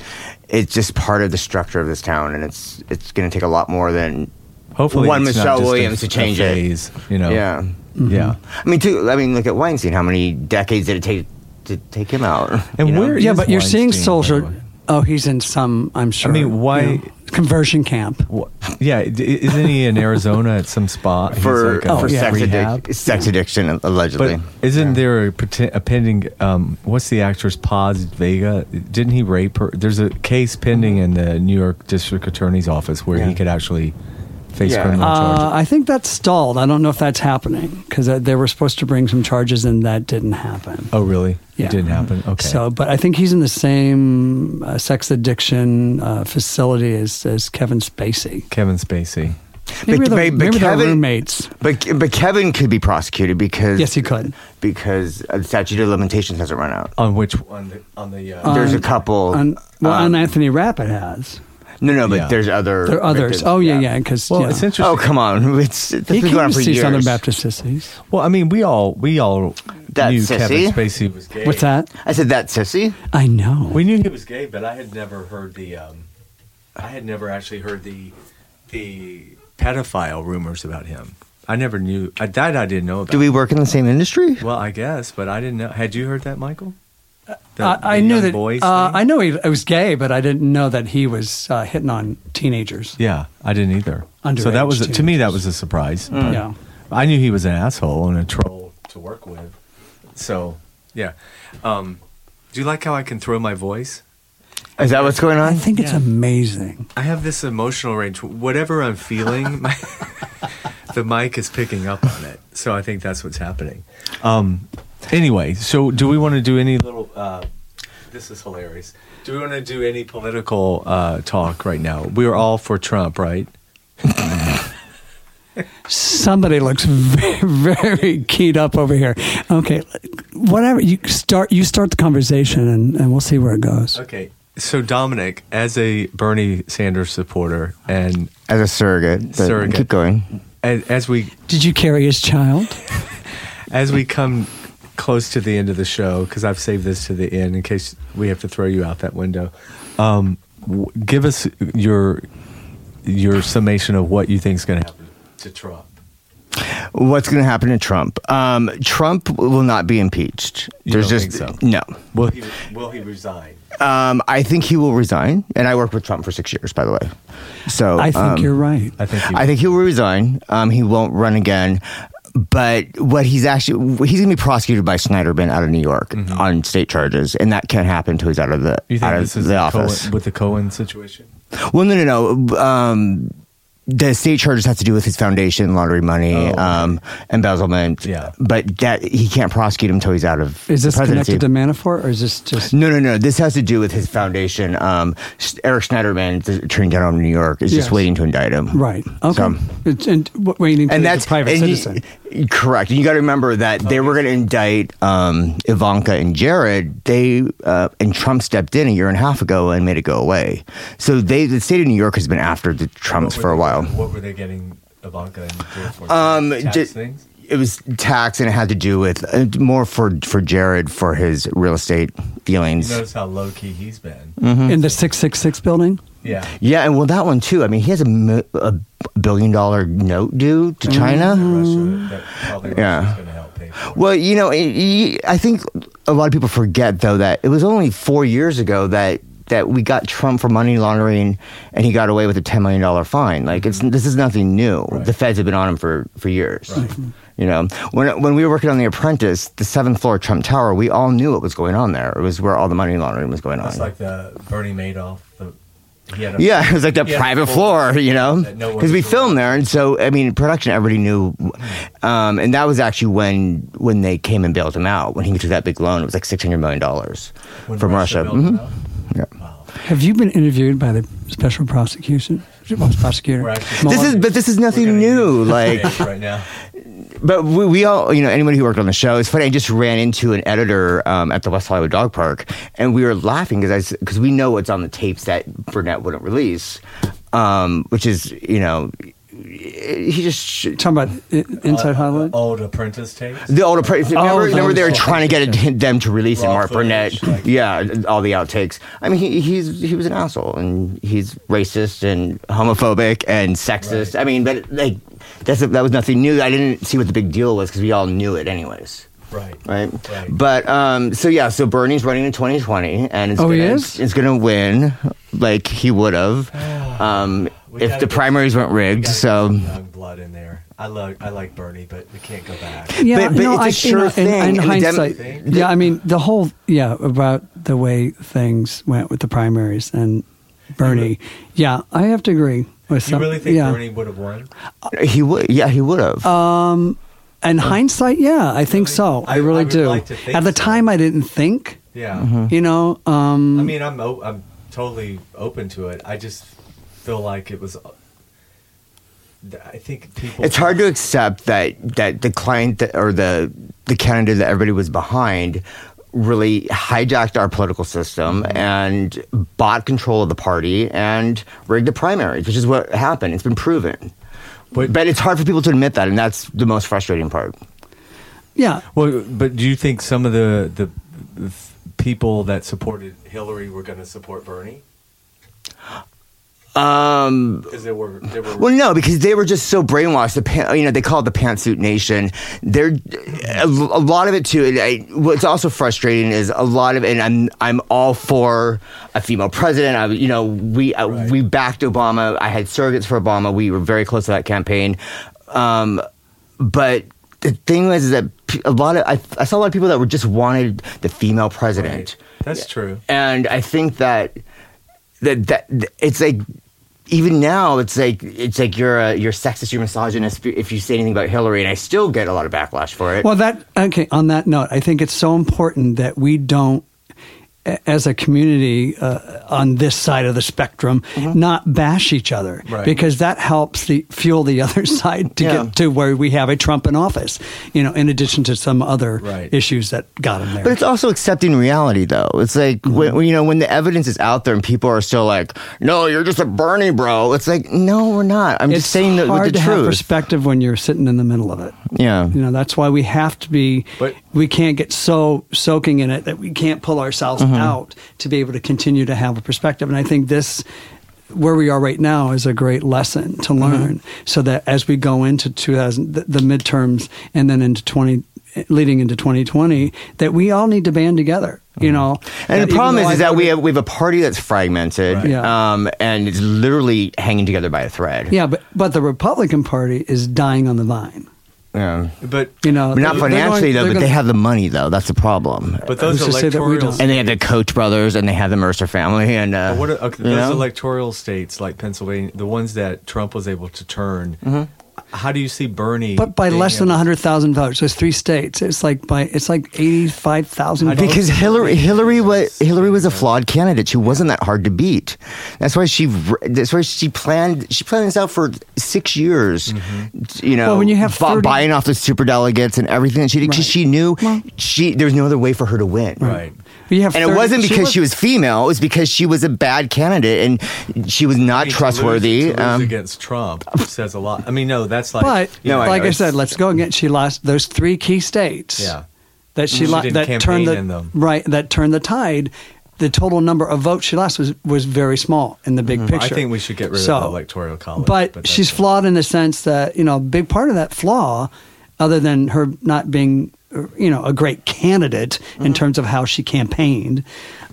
C: it's just part of the structure of this town, and it's it's going to take a lot more than.
B: Hopefully,
C: One
B: it's not
C: Michelle
B: just a-
C: Williams to
B: a
C: change it.
B: phase, You know. Mm-hmm.
C: Yeah,
B: Yeah.
C: I mean, too. I mean, look at Weinstein. How many decades did it take to take him out?
B: And
C: you know?
B: where-
D: Yeah,
B: is
D: but you're seeing
B: Weinstein, by the way?
D: Soldier. Oh, he's in some. I'm sure.
B: mean,
D: you
B: why-
D: know, conversion camp?
B: Wha- Yeah, d- isn't he in Arizona at some spot He's
C: for
B: like, uh,
C: for
D: Oh, yeah.
C: sex,
B: rehab?
C: addic- sex addiction, allegedly.
B: But isn't there a, pretend, a pending? Um, what's the actress Paz Vega? Didn't he rape her? There's a case pending in the New York District Attorney's office where he
C: Yeah.
B: could actually face
C: Yeah.
B: criminal
D: Uh,
B: charges.
D: I think that's stalled. I don't know if that's happening because they were supposed to bring some charges and that didn't happen.
B: Oh, really?
D: yeah. Mm-hmm.
B: It didn't happen. Okay.
D: So, but I think he's in the same uh, sex addiction uh, facility as, as Kevin Spacey.
B: Kevin Spacey.
C: But-
D: Maybe, they're,
C: but- but
D: maybe they're
C: Kevin-
D: roommates.
C: But but Kevin could be prosecuted because
D: Yes, he could.
C: because the statute of limitations hasn't run out.
B: On which on the on the uh,
C: There's
D: Um,
C: a couple.
D: On, well,
C: um,
D: on Anthony Rapid has.
C: no, no, but
B: Yeah.
C: there's other.
D: There are others.
C: victims,
D: Oh, yeah, yeah. Because
B: well, it's interesting.
C: Oh come on, it's it's
D: he
C: been going
D: came
C: on
D: to
C: for
D: see
C: years.
D: Southern Baptist Sissies.
B: Well, I mean, we all we all
C: That
B: knew
C: sissy.
B: Kevin Spacey was gay.
D: What's that?
C: I said that sissy.
D: I know.
B: We knew he was gay, but I had never heard the um, I had never actually heard the the pedophile rumors about him. I never knew. I that I didn't know about.
C: Do we work in the same industry?
B: Well, I guess, but I didn't know. Had you heard that, Michael? The-
D: Uh, I, I
B: the
D: knew
B: young
D: that.
B: Boys
D: uh,
B: thing?
D: I know he, I was gay, but I didn't know that he was uh, hitting on teenagers.
B: Yeah, I didn't either. so that
D: Underage Mm-hmm.
B: was to me that was a surprise. but
D: Yeah.
B: I knew he was an asshole and a troll to work with. So yeah. Um, do you like how I can throw my voice?
C: Is that what's going
D: I
C: on?
D: think it's amazing.
B: I have this emotional range. Whatever I'm feeling, my, the mic is picking up on it. So I think that's what's happening. Um, anyway, so do we want to do any little? Uh, this is hilarious. Do we want to do any political uh, talk right now? We are all for Trump, right?
D: Somebody looks very, very keyed up over here. Okay, whatever you start, you start the conversation, and, and we'll see where it
C: Uh,
D: goes.
B: Okay. So Dominic, as a Bernie Sanders supporter, and
C: As a surrogate. but
B: Surrogate.
C: Keep going.
B: as, as we
D: Did you carry his child?
B: as we come close to the end of the show, because I've saved this to the end in case we have to throw you out that window. Um, w- give us your your summation of what you think is going to happen to Trump.
C: What's going to happen to Trump? Um, Trump will not be impeached.
B: You
C: There's
B: don't
C: just
B: think so?
C: no.
B: Will he will he resign?
C: Um, I think he will resign. And I worked with Trump for six years, by the way. So
D: I think
C: um,
D: you're right.
B: I think. He,
C: I think he will resign. Um, he won't run again. But what he's actually he's going to be prosecuted by Snyderman out of New York on state charges, and that can't happen until he's out of the
B: Mm-hmm. You think
C: out
B: this
C: of
B: is
C: the
B: the
C: office.
B: Cohen, with the Cohen situation?
C: Well, no, no, no. Um, the state charges have to do with his foundation, laundering money, um, embezzlement.
B: Yeah.
C: but that he can't prosecute him until he's out of
D: Is this
C: the presidency.
D: connected to Manafort, or is this just?
C: No, no, no. This has to do with his foundation. Um, S- Eric Schneiderman, the Attorney General of New York, is
D: Yes.
C: just waiting to indict him.
D: Right. Okay.
C: So-
D: It's- and what waiting
C: and
D: to
C: that's
D: a private
C: and you-
D: citizen.
C: correct. And you got to remember that they were going to indict um, Ivanka and Jared. They uh, and Trump stepped in a year and a half ago and made it go away. So they, the state of New York, has been after the Trumps for a while.
B: What were they getting Ivanka and Jared for?
C: Um,
B: Tax
C: ju-
B: things?
C: It was tax, and it had to do with uh, more for for Jared for his real estate dealings.
B: Notice how low key he's been.
C: Mm. Mm-hmm.
D: in the six six six building.
B: Yeah.
C: Yeah, and well, that one too. I mean, he has a, mi- a billion dollar note due to China.
B: Mm-hmm. Russia, that probably
C: Yeah.
B: Russia's going to help pay for it.
C: Well, you know, it- y- I think a lot of people forget though that it was only four years ago that that we got Trump for money laundering, and he got away with a ten million dollar fine. Like it's this is nothing new. The feds have been on him for for years. You know, when when we were working on The Apprentice, the seventh floor of Trump Tower, we all knew what was going on there. It was where all the money laundering was going on.
B: It's like the Bernie Madoff. The, he had a,
C: Yeah, it was like that
B: he had a
C: private floor, you know,
B: that no one
C: because we
B: was around.
C: filmed there, and so I mean, production everybody knew,
B: Mm-hmm.
C: um, and that was actually when when they came and bailed him out when he took that big loan. It was like six hundred million dollars
B: when
C: from Russia.
B: built him
C: Mhm.
B: up.
D: Have you been interviewed by the special prosecution? well, prosecutor.
B: We're actually-
C: This is,
D: Mueller?
C: but this is
B: We're
C: nothing
B: gonna
C: new.
B: use
C: Like,
B: this right now.
C: but we, we all, you know, anybody who worked on the show, it's funny. I just ran into an editor um, at the West Hollywood Dog Park, and we were laughing because because we know what's on the tapes that Burnett wouldn't release, um, which is you know, he just
D: talking about i-
C: Uh,
D: inside Hollywood.
B: Old Apprentice tapes.
C: The old apprentice.
B: Oh,
C: remember,
D: those
C: remember they were
D: old
C: trying to get it- them to release it.
B: Raw
C: Mark
B: footage,
C: Burnett.
B: like-
C: yeah, all the outtakes. I mean, he, he's he was an asshole, and he's racist and homophobic and sexist.
B: Right.
C: I mean, but like that's that was nothing new. I didn't see what the big deal was because we all knew it anyways.
B: Right.
C: Right?
B: Right.
C: but um, so yeah, so Bernie's running in 2020, and it's
D: Oh, he
C: gonna,
D: is?
C: it's gonna win, like he would have, um,
B: We
C: if
B: gotta
C: the
B: get-
C: primaries weren't
B: We
C: rigged.
B: gotta get
C: So
B: some young blood in there. I love. I like Bernie, but we can't go back.
D: Yeah,
C: But- but
D: no,
C: it's a
D: I-
C: sure
D: you know, in-
C: thing,
D: In,
C: and the Dem-
D: hindsight, yeah, I mean the whole yeah about the way things went with the primaries and Bernie. Yeah, I have to agree with
B: You
D: some.
B: really think
D: yeah.
B: Bernie would have won?
C: he would, yeah, he would have.
D: In hindsight, yeah, I think so.
B: I-
D: I really
B: I would
D: do.
B: like to think
D: At the
B: so.
D: time, I didn't think.
B: Yeah.
C: Mm-hmm.
D: You know, um,
B: I mean, I'm o- I'm totally open to it. I just feel like it was. uh, I think people.
C: It's hard to accept that that the client that, or the the candidate that everybody was behind really hijacked our political system and bought control of the party and rigged the primaries, which is what happened. It's been proven. But, it's hard for people to admit that, and that's the most frustrating part.
D: yeah,
B: Well, but do you think some of the the f- people that supported Hillary were going to support Bernie?
C: Um,
B: Because they were they were
C: Well, no, because they were just so brainwashed. The pan, you know they call it the pantsuit nation. They're a, a lot of it too. And I, what's also frustrating is a lot of, and I'm I'm all for a female president. I, you know, we uh,
B: Right.
C: we backed Obama. I had surrogates for Obama. We were very close to that campaign. Um, but the thing was is that p- a lot of I, I saw a lot of people that were just wanted the female president
B: That's true.
C: and I think that that that it's like even now it's like it's like you're a you're sexist, you're misogynist if you say anything about Hillary, and I still get a lot of backlash for it.
D: Well, that okay. On that note, I think it's so important that we don't, a- as a community uh, on this side of the spectrum, not bash each other
B: Right.
D: because that helps the fuel the other side to
C: Yeah.
D: get to where we have a Trump in office. You know, in addition to some other
B: Right.
D: issues that got him there.
C: But it's also accepting reality, though. It's like when, when you know when the evidence is out there and people are still like, "No, you're just a Bernie bro." It's like, no, we're not. I'm just
D: It's
C: saying that
D: hard
C: with the
D: to have
C: truth.
D: perspective when you're sitting in the middle of it.
C: yeah.
D: You know, that's why we have to be.
B: But-
D: we can't get so soaking in it that we can't pull ourselves
C: Mm-hmm.
D: out to be able to continue to have a perspective. And I think this, where we are right now, is a great lesson
C: Mm-hmm.
D: to learn, so that as we go into 2000, the, the midterms, and then into 20, leading into 2020, that we all need to band together. You know,
C: Mm-hmm. And
D: That
C: the problem
D: even
C: is,
D: though
C: is
D: I
C: that we
D: voted-
C: have we have a party that's fragmented,
D: Right. Yeah.
C: um, and it's literally hanging together by a thread.
D: Yeah, but but the Republican Party is dying on the vine.
C: Yeah.
B: But
D: You know,
C: But not
D: they're- they're
C: financially though,
D: going- they're
C: but
D: gonna-
C: they have the money though. That's the problem.
B: but those
D: Who's to say that we
B: electoral
D: don't-
C: and they have the Coach brothers, and they have the Mercer family, and uh,
B: what are, okay,
C: you
B: those
C: know?
B: electoral states like Pennsylvania, the ones that Trump was able to turn. How do you see Bernie?
D: Mm-hmm. But by
B: being
D: less than
B: able-
D: hundred thousand votes, there's three states. It's like by it's like eighty five thousand.
C: because
D: votes.
C: Hillary, Hillary was Hillary was a flawed candidate. She wasn't that hard to beat. That's why she. That's why she planned. She planned this out for six years.
B: Mm-hmm.
C: You know,
D: Well, when you have
C: bu-
D: 30
C: buying off the superdelegates and everything that she did, because
D: Right.
C: she knew
D: Well-
C: she there was no other way for her to win.
B: Right.
D: But you have
C: And it
D: 30
C: wasn't because she was,
D: was-
C: female. It was because she was a bad candidate and she was
B: I
C: not
B: mean, to
C: trustworthy.
B: lose, to lose
C: Um,
B: against Trump says a lot. I mean, no, that's like.
D: But
B: you know,
C: I
D: like
C: know,
D: I
C: it's-
D: said, let's go again. She lost those three key states.
B: Yeah.
D: that she,
B: She
D: lo-
B: didn't
D: that turned the
B: campaign in them.
D: right that turned the tide. The total number of votes she lost was was very small in the big
B: Mm-hmm. I
D: picture.
B: think we should get rid
D: So-
B: of the electoral college.
D: But,
B: that's-
D: she's flawed in the sense that you know, a big part of that flaw, other than her not being you know a great candidate
C: Mm-hmm.
D: in terms of how she campaigned,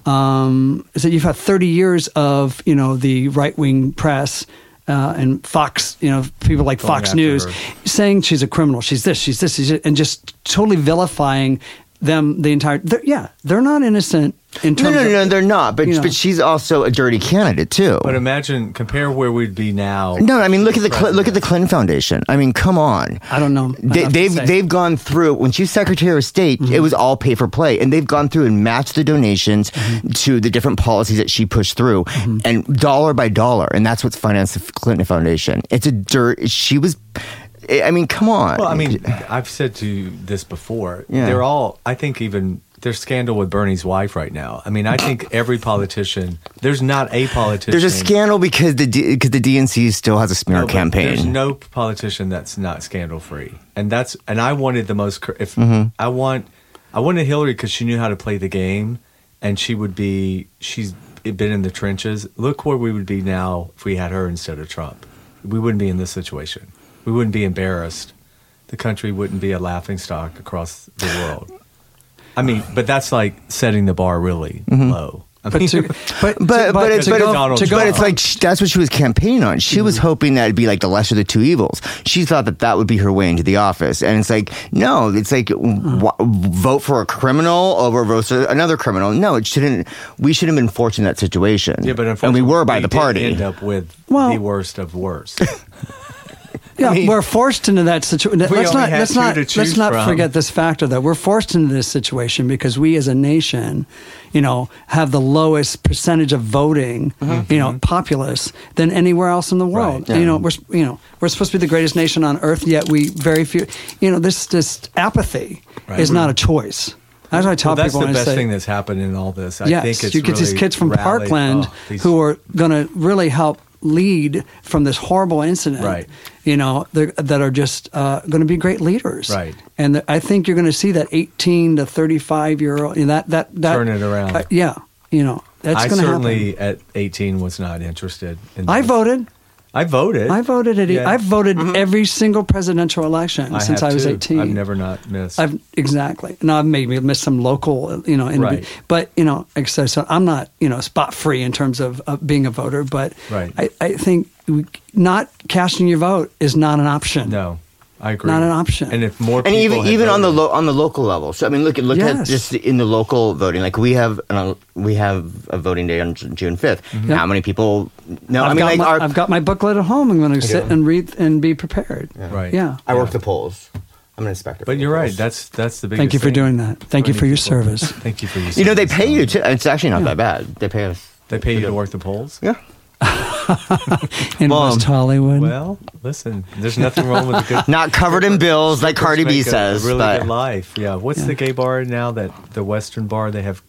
D: um, is that you've had 30 years of you know the right wing press. Uh, and Fox, you know, people like
B: Going
D: Fox
B: after
D: News
B: her.
D: saying she's a criminal, she's this, she's this, she's this, and just totally vilifying them the entire. They're, yeah, they're not innocent in
C: no,
D: terms
C: no,
D: of.
C: no, they're not. But
D: you know.
C: but she's also a dirty candidate too.
B: But imagine, compare where we'd be now.
C: No, I mean look at the Cl-
B: president.
C: look at the Clinton Foundation. I mean, come on.
D: I don't know
C: They,
D: enough to
C: they've
D: say. Mm-hmm.
C: they've gone through when she's Secretary of State, it was all pay for play, and they've gone through and matched the donations
D: Mm-hmm.
C: to the different policies that she pushed through, and dollar by dollar, and that's what's financed the Clinton Foundation. It's a dirt. She was. I mean, come on.
B: Well, I mean, I've said to you this before.
C: Yeah.
B: They're all, I think, even there's scandal with Bernie's wife right now. I mean, I think every politician, there's not a politician.
C: there's a scandal because the because the DNC still has a smear
B: No, Oh, but There's
C: campaign.
B: no politician that's not scandal free, and that's and I wanted the most. cor- If
C: Mm-hmm.
B: I want, I wanted Hillary because she knew how to play the game, and she would be. She's been in the trenches. Look where we would be now if we had her instead of Trump. We wouldn't be in this situation. We wouldn't be embarrassed. The country wouldn't be a laughing stock across the world. I mean, but that's like setting the bar really
C: Mm-hmm.
B: low. I
D: But
B: mean,
D: to, but,
C: But but it's
D: to
C: but,
D: go-
B: Donald
D: to go-
C: but it's like sh- that's what she was campaigning on. She was hoping that it'd be like the lesser of the two evils. She thought that that would be her way into the office, and it's like no, it's like wh- vote for a criminal over vote for another criminal. No, it shouldn't. We shouldn't have been fortunate in that situation.
B: yeah, but
C: and
B: unfortunately,
C: we were by the
B: did
C: party.
B: End up with
D: Well-
B: the worst of worst.
D: Yeah,
B: mean,
D: we're forced into that situation. Let's
B: only
D: not
B: had
D: let's
B: two
D: not
B: to
D: let's
B: choose
D: not
B: from.
D: forget this factor that we're forced into this situation because we as a nation, you know, have the lowest percentage of voting,
B: Uh-huh.
D: you
B: Mm-hmm.
D: know, populace than anywhere else in the world.
C: Right.
D: You know, we're s- you know we're supposed to be the greatest nation on earth, yet we very few. You know, this this apathy
B: Right. Mm-hmm.
D: is not a choice. That's what I tell
B: Well, that's
D: people.
B: the
D: when I
B: best
D: say,
B: thing that's happened in all this. I
D: yes,
B: think it's
D: you get these
B: really
D: kids from
B: rallied-
D: Parkland
B: oh, these-
D: who are going to really help lead from this horrible incident.
B: Right.
D: You know, they're- that are just uh, going to be great leaders.
B: Right.
D: And I think you're going to see that 18 to 35 year old you know, that that that
B: Turn it around.
D: uh, yeah. You know, that's
B: I
D: going to
B: certainly
D: happen.
B: at 18 was not interested. In
D: I
B: this.
D: voted.
B: I voted.
D: I voted at. e,
B: Yeah. Mm-hmm.
D: I've voted every single presidential election
B: I
D: since
B: have
D: I was
B: too.
D: 18.
B: I've never not missed.
D: I've exactly. Now I've maybe missed some local, you know, individ-
B: Right.
D: but you know, like I said, so I'm not, you know, spot free in terms of uh, being a voter. But
B: Right.
D: I, I think we, not casting your vote is not an option.
B: no, I agree.
D: Not an option.
B: And if more
C: and
B: people
C: even
B: had
C: even on the
B: voted-
C: lo- on the local level. So I mean, look at look at
D: Yes.
C: just in the local voting. Like we have uh, we have a voting day on J- June 5th
D: Yep.
C: How many people? No,
D: I've,
C: I mean
D: got
C: like
D: my,
C: our,
D: I've got my booklet at home. I'm going to sit and read and be prepared.
B: Right.
D: Yeah.
C: I work the polls. I'm an inspector.
B: But
C: for the
B: you're right.
C: polls.
B: That's that's the biggest.
D: Thank you for
B: thing.
D: doing that. Thank you
B: Voting
D: for your
B: people.
D: service.
B: Thank you for your.
C: You know, they
B: service.
C: pay you too. It's actually not that bad. They pay us.
B: They pay you to work the polls.
C: Yeah.
D: In
C: Well,
D: West Hollywood.
B: Well, listen. There's nothing wrong with a good.
C: Not covered in bills like
B: Let's
C: Cardi B
B: make a
C: says.
B: really
C: but
B: good life. Yeah. What's
D: Yeah.
B: the gay bar now? That the Western bar they have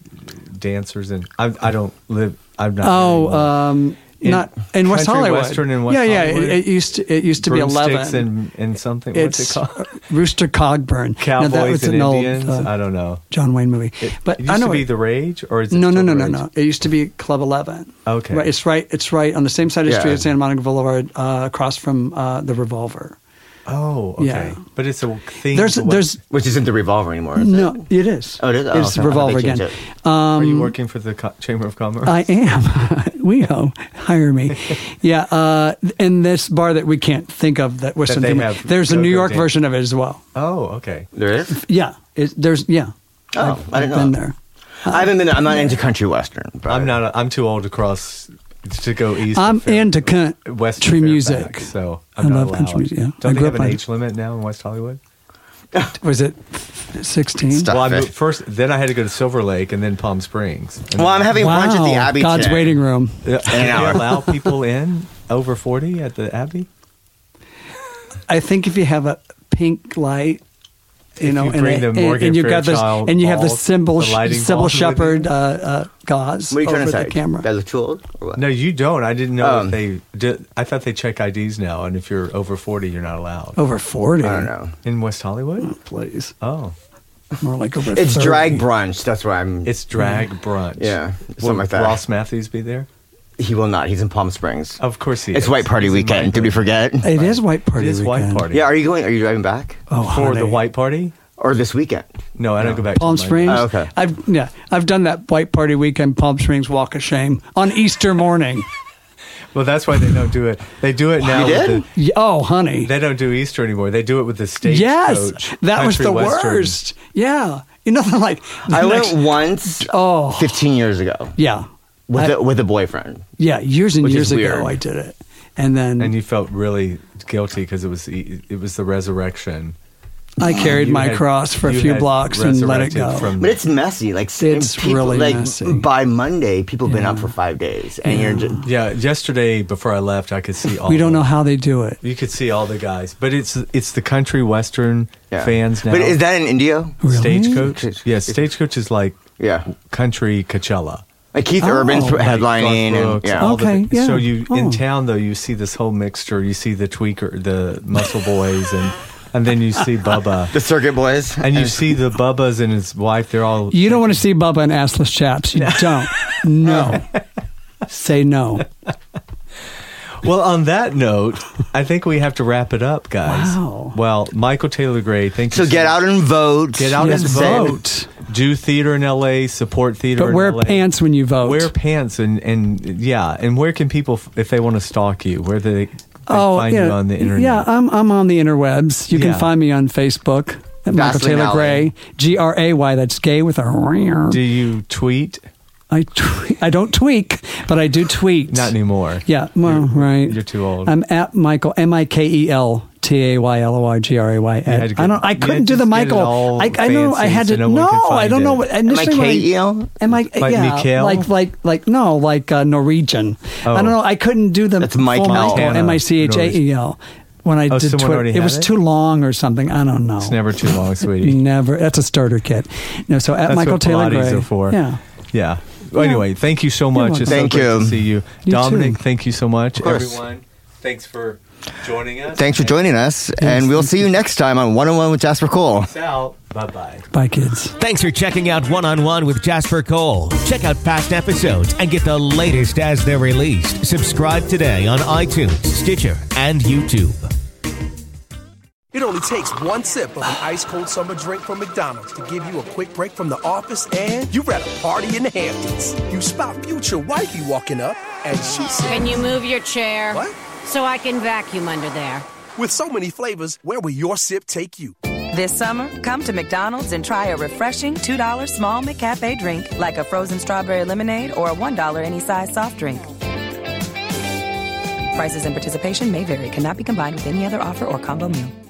B: dancers and I, I don't live. I'm not. there
D: Oh,
B: anymore.
D: um,
B: In
D: not in West
B: country
D: Hollywood.
B: western in West
D: yeah, yeah.
B: Hollywood?
D: It, it used to, it used to be
B: Broomsticks
D: 11.
B: and, and something. What's it
D: it's
B: called?
D: Rooster Cogburn.
B: Cowboys
D: now, that was
B: and
D: an
B: Indians.
D: old uh,
B: I don't know.
D: John Wayne movie.
B: It,
D: but
B: it used
D: I know
B: to be
D: it-
B: the rage, or is it
D: no,
B: still
D: no, no,
B: the
D: no,
B: rage?
D: no. It used to be Club Eleven.
B: Okay.
D: right, it's right. It's right on the same side of the
C: Yeah.
D: street, Santa Monica Boulevard, uh, across from uh, the Revolver.
B: Oh, okay.
D: Yeah.
B: But it's a thing.
D: There's,
B: to what-
D: there's
C: which isn't the revolver anymore. Is
D: no.
C: It?
D: It is.
C: Oh, it is. Oh,
D: It's
C: okay. I thought
D: Revolver
C: they
D: again.
C: changed it.
B: Are you working for the co- Chamber of Commerce?
D: I am. WeHo, hire me. yeah, uh, and this bar that we can't think of that was
B: That they have
D: There's a
B: no
D: New
B: good
D: York
B: name.
D: version of it as well.
B: Oh, okay.
C: There is.
D: Yeah, it, there's yeah.
C: Oh, I didn't
D: I've
C: know
D: been
C: that.
D: there.
C: I haven't been. I'm not into country western. But
B: I'm not. A, I'm too old to cross to go east.
D: I'm
B: of Fair-
D: into cunt-
B: West of
D: country
B: Fairfax,
D: music.
B: so I'm
D: I
B: not
D: love
B: allowed.
D: country music, yeah.
B: Don't
D: I
B: they
D: grew
B: have
D: up
B: an
D: on-
B: age limit now in West Hollywood?
D: Was it 16?
C: Stop
B: well, I
C: it.
B: moved first. Then I had to go to Silver Lake and then Palm Springs. And
C: Well, I'm having lunch at the Abbey.
D: God's
C: today.
D: waiting room.
B: Yeah, do
C: an
B: they
C: hour.
B: allow people in over 40 at the Abbey?
D: I think if you have a pink light, you
B: If
D: know,
B: you
D: and,
B: bring
D: a-
B: the
D: and,
B: Morgan
D: and you've got this,
B: Fairchild
D: and you have the
B: balls,
D: symbol,
B: the lighting
D: symbol
B: balls with
D: shepherd
B: you?
D: uh, uh, gauze
C: What are you
D: over
C: trying to say?
D: the camera.
C: That look too old? Or what?
B: No, you don't. I didn't know
C: Um,
B: if they did. I thought they check IDs now, and if you're over 40, you're not allowed.
D: over forty,
C: I don't know.
B: In West Hollywood?
D: please.
B: Oh.
D: More like over.
C: It's
D: 30.
C: drag brunch. That's why I'm.
B: It's drag brunch.
C: Yeah, something
B: Will
C: like that.
B: Ross Matthews be there?
C: he will not. He's in Palm Springs.
D: Oh,
B: Of course he
C: it's
B: is.
C: white party
B: He's in
C: weekend.
B: my
C: Did we
B: group.
C: forget?
D: It is white party.
B: It is white
D: weekend.
B: party.
C: Yeah. Are you going? Are you driving back?
D: Oh,
B: For
D: honey.
B: the white party?
C: Or this weekend?
B: No, I don't go back
D: Palm
B: to my-
D: Springs.
C: Oh, okay.
D: I've yeah, I've done that white party weekend Palm Springs walk of shame on Easter morning.
B: Well, that's why they don't do it. They do it now.
C: You
B: with
C: did?
B: the-
D: Y- oh, honey.
B: they don't do Easter anymore. They do it with the stage.
D: yes, that was the worst. Yeah, you know, like the
C: I
D: next-
C: went once.
D: Oh.
C: 15 years ago
D: Yeah,
C: with
D: I-
C: a, with a boyfriend.
D: Yeah, years and
C: Which
D: years
C: is
D: ago
C: weird.
D: I did it, and then
B: And you felt really guilty because it was the- it was the resurrection.
D: I carried
B: You
D: my
B: had-
D: cross for a
B: you
D: few
B: had
D: blocks and let it
B: resurrected
D: go.
B: From,
C: But it's messy. Like s- and
D: It's really
C: like,
D: messy.
C: By Monday, people have been out for five days, and you're just,
B: yeah, yesterday before I left, I could see all.
D: we don't
B: the-
D: know how they do it.
B: You could see all the guys, but it's it's the country western
C: yeah.
B: fans now.
C: But is that in India? Really?
B: stagecoach? Yeah, stagecoach is like
C: Yeah,
B: country Coachella.
C: like Keith
D: Oh.
C: Urban's
D: Like
C: headlining,
B: Garth
C: and
B: Brooks,
C: yeah.
B: all the-
D: Okay, yeah.
B: So you
D: Oh.
B: in town though, you see this whole mixture. You see the tweaker, the muscle boys, and and then you see Bubba,
C: the Circuit Boys.
B: and you see the Bubba's and his wife. They're all
D: You don't want to see Bubba and assless chaps. You don't. No. Say no.
B: Well, on that note, I think we have to wrap it up, guys.
D: Wow.
B: Well, Michael Taylor Gray, thank you.
C: so get
B: much.
C: out and vote.
B: Get out
D: Yes,
B: and
D: same.
B: vote. Do theater in LA, support theater
D: But
B: in
D: wear
B: LA.
D: pants when you vote.
B: Wear pants and, and yeah, and where can people if they want to stalk you? Where do they, they find you on the internet?
D: Oh, Yeah, uh, I'm, I'm on the interwebs. You
B: Yeah.
D: can find me on Facebook at
C: Vaseline
D: Michael Taylor
C: Alley.
D: Gray. G R A Y. That's gay with a.
B: Do you tweet?
D: I tweet. I don't tweak, but I do tweet.
B: Not anymore.
D: Yeah, well, right.
B: you're too old.
D: I'm at Michael M I K E L T A Y L O R G R A Y.
B: You had to
D: at-
B: get-
D: I don't.
B: you
D: I
B: had
D: couldn't
B: to
D: do the
B: just get it
D: Michael.
B: all
D: I, I know. I
B: fancy
D: had
B: so
D: to.
B: no
D: No,
B: one could
D: I
B: find
D: don't know
B: it.
D: what
C: Am I
D: initially. when I- E
C: K-E-L?
D: Am I
B: Like
D: yeah,
B: Mikhail?
D: Like like like no, like uh, Norwegian.
B: Oh.
D: I don't know. I couldn't do the
C: That's Mike
D: full Michael
B: Montana.
D: M I C H A E L when I
B: Oh, someone
D: did Twitter.
B: already
D: It
B: had
D: was
B: it?
D: too long or something. I don't know.
B: It's never too long, sweetie.
D: Never. That's a starter kit. No. So at
B: That's
D: Michael
B: what
D: Taylor
B: Pilates
D: Gray.
B: are for.
D: Yeah.
B: Yeah. Well, Anyway, thank you so much. It's
C: welcome.
B: so great
C: Thank
B: to
C: you.
B: see you,
D: You
B: Dominic.
D: too.
B: Thank you so much,
C: course.
B: everyone. Thanks for joining us.
C: Thanks for joining us, and we'll see you next time on One on One with Jasper Cole.
B: Peace out. Bye bye.
D: Bye, kids.
A: Thanks for checking out One on One with Jasper Cole. Check out past episodes and get the latest as they're released. Subscribe today on iTunes, Stitcher, and YouTube.
E: It only takes one sip of an ice cold summer drink from McDonald's to give you a quick break from the office, and you're at a party in the Hamptons. You spot future wifey walking up, and she said,
F: Can you move your chair?
E: What?
F: So I can vacuum under there.
E: With so many flavors, where will your sip take you?
G: This summer, come to McDonald's and try a refreshing $2 small McCafe drink like a frozen strawberry lemonade or a $1 any size soft drink. Prices and participation may vary, cannot be combined with any other offer or combo meal.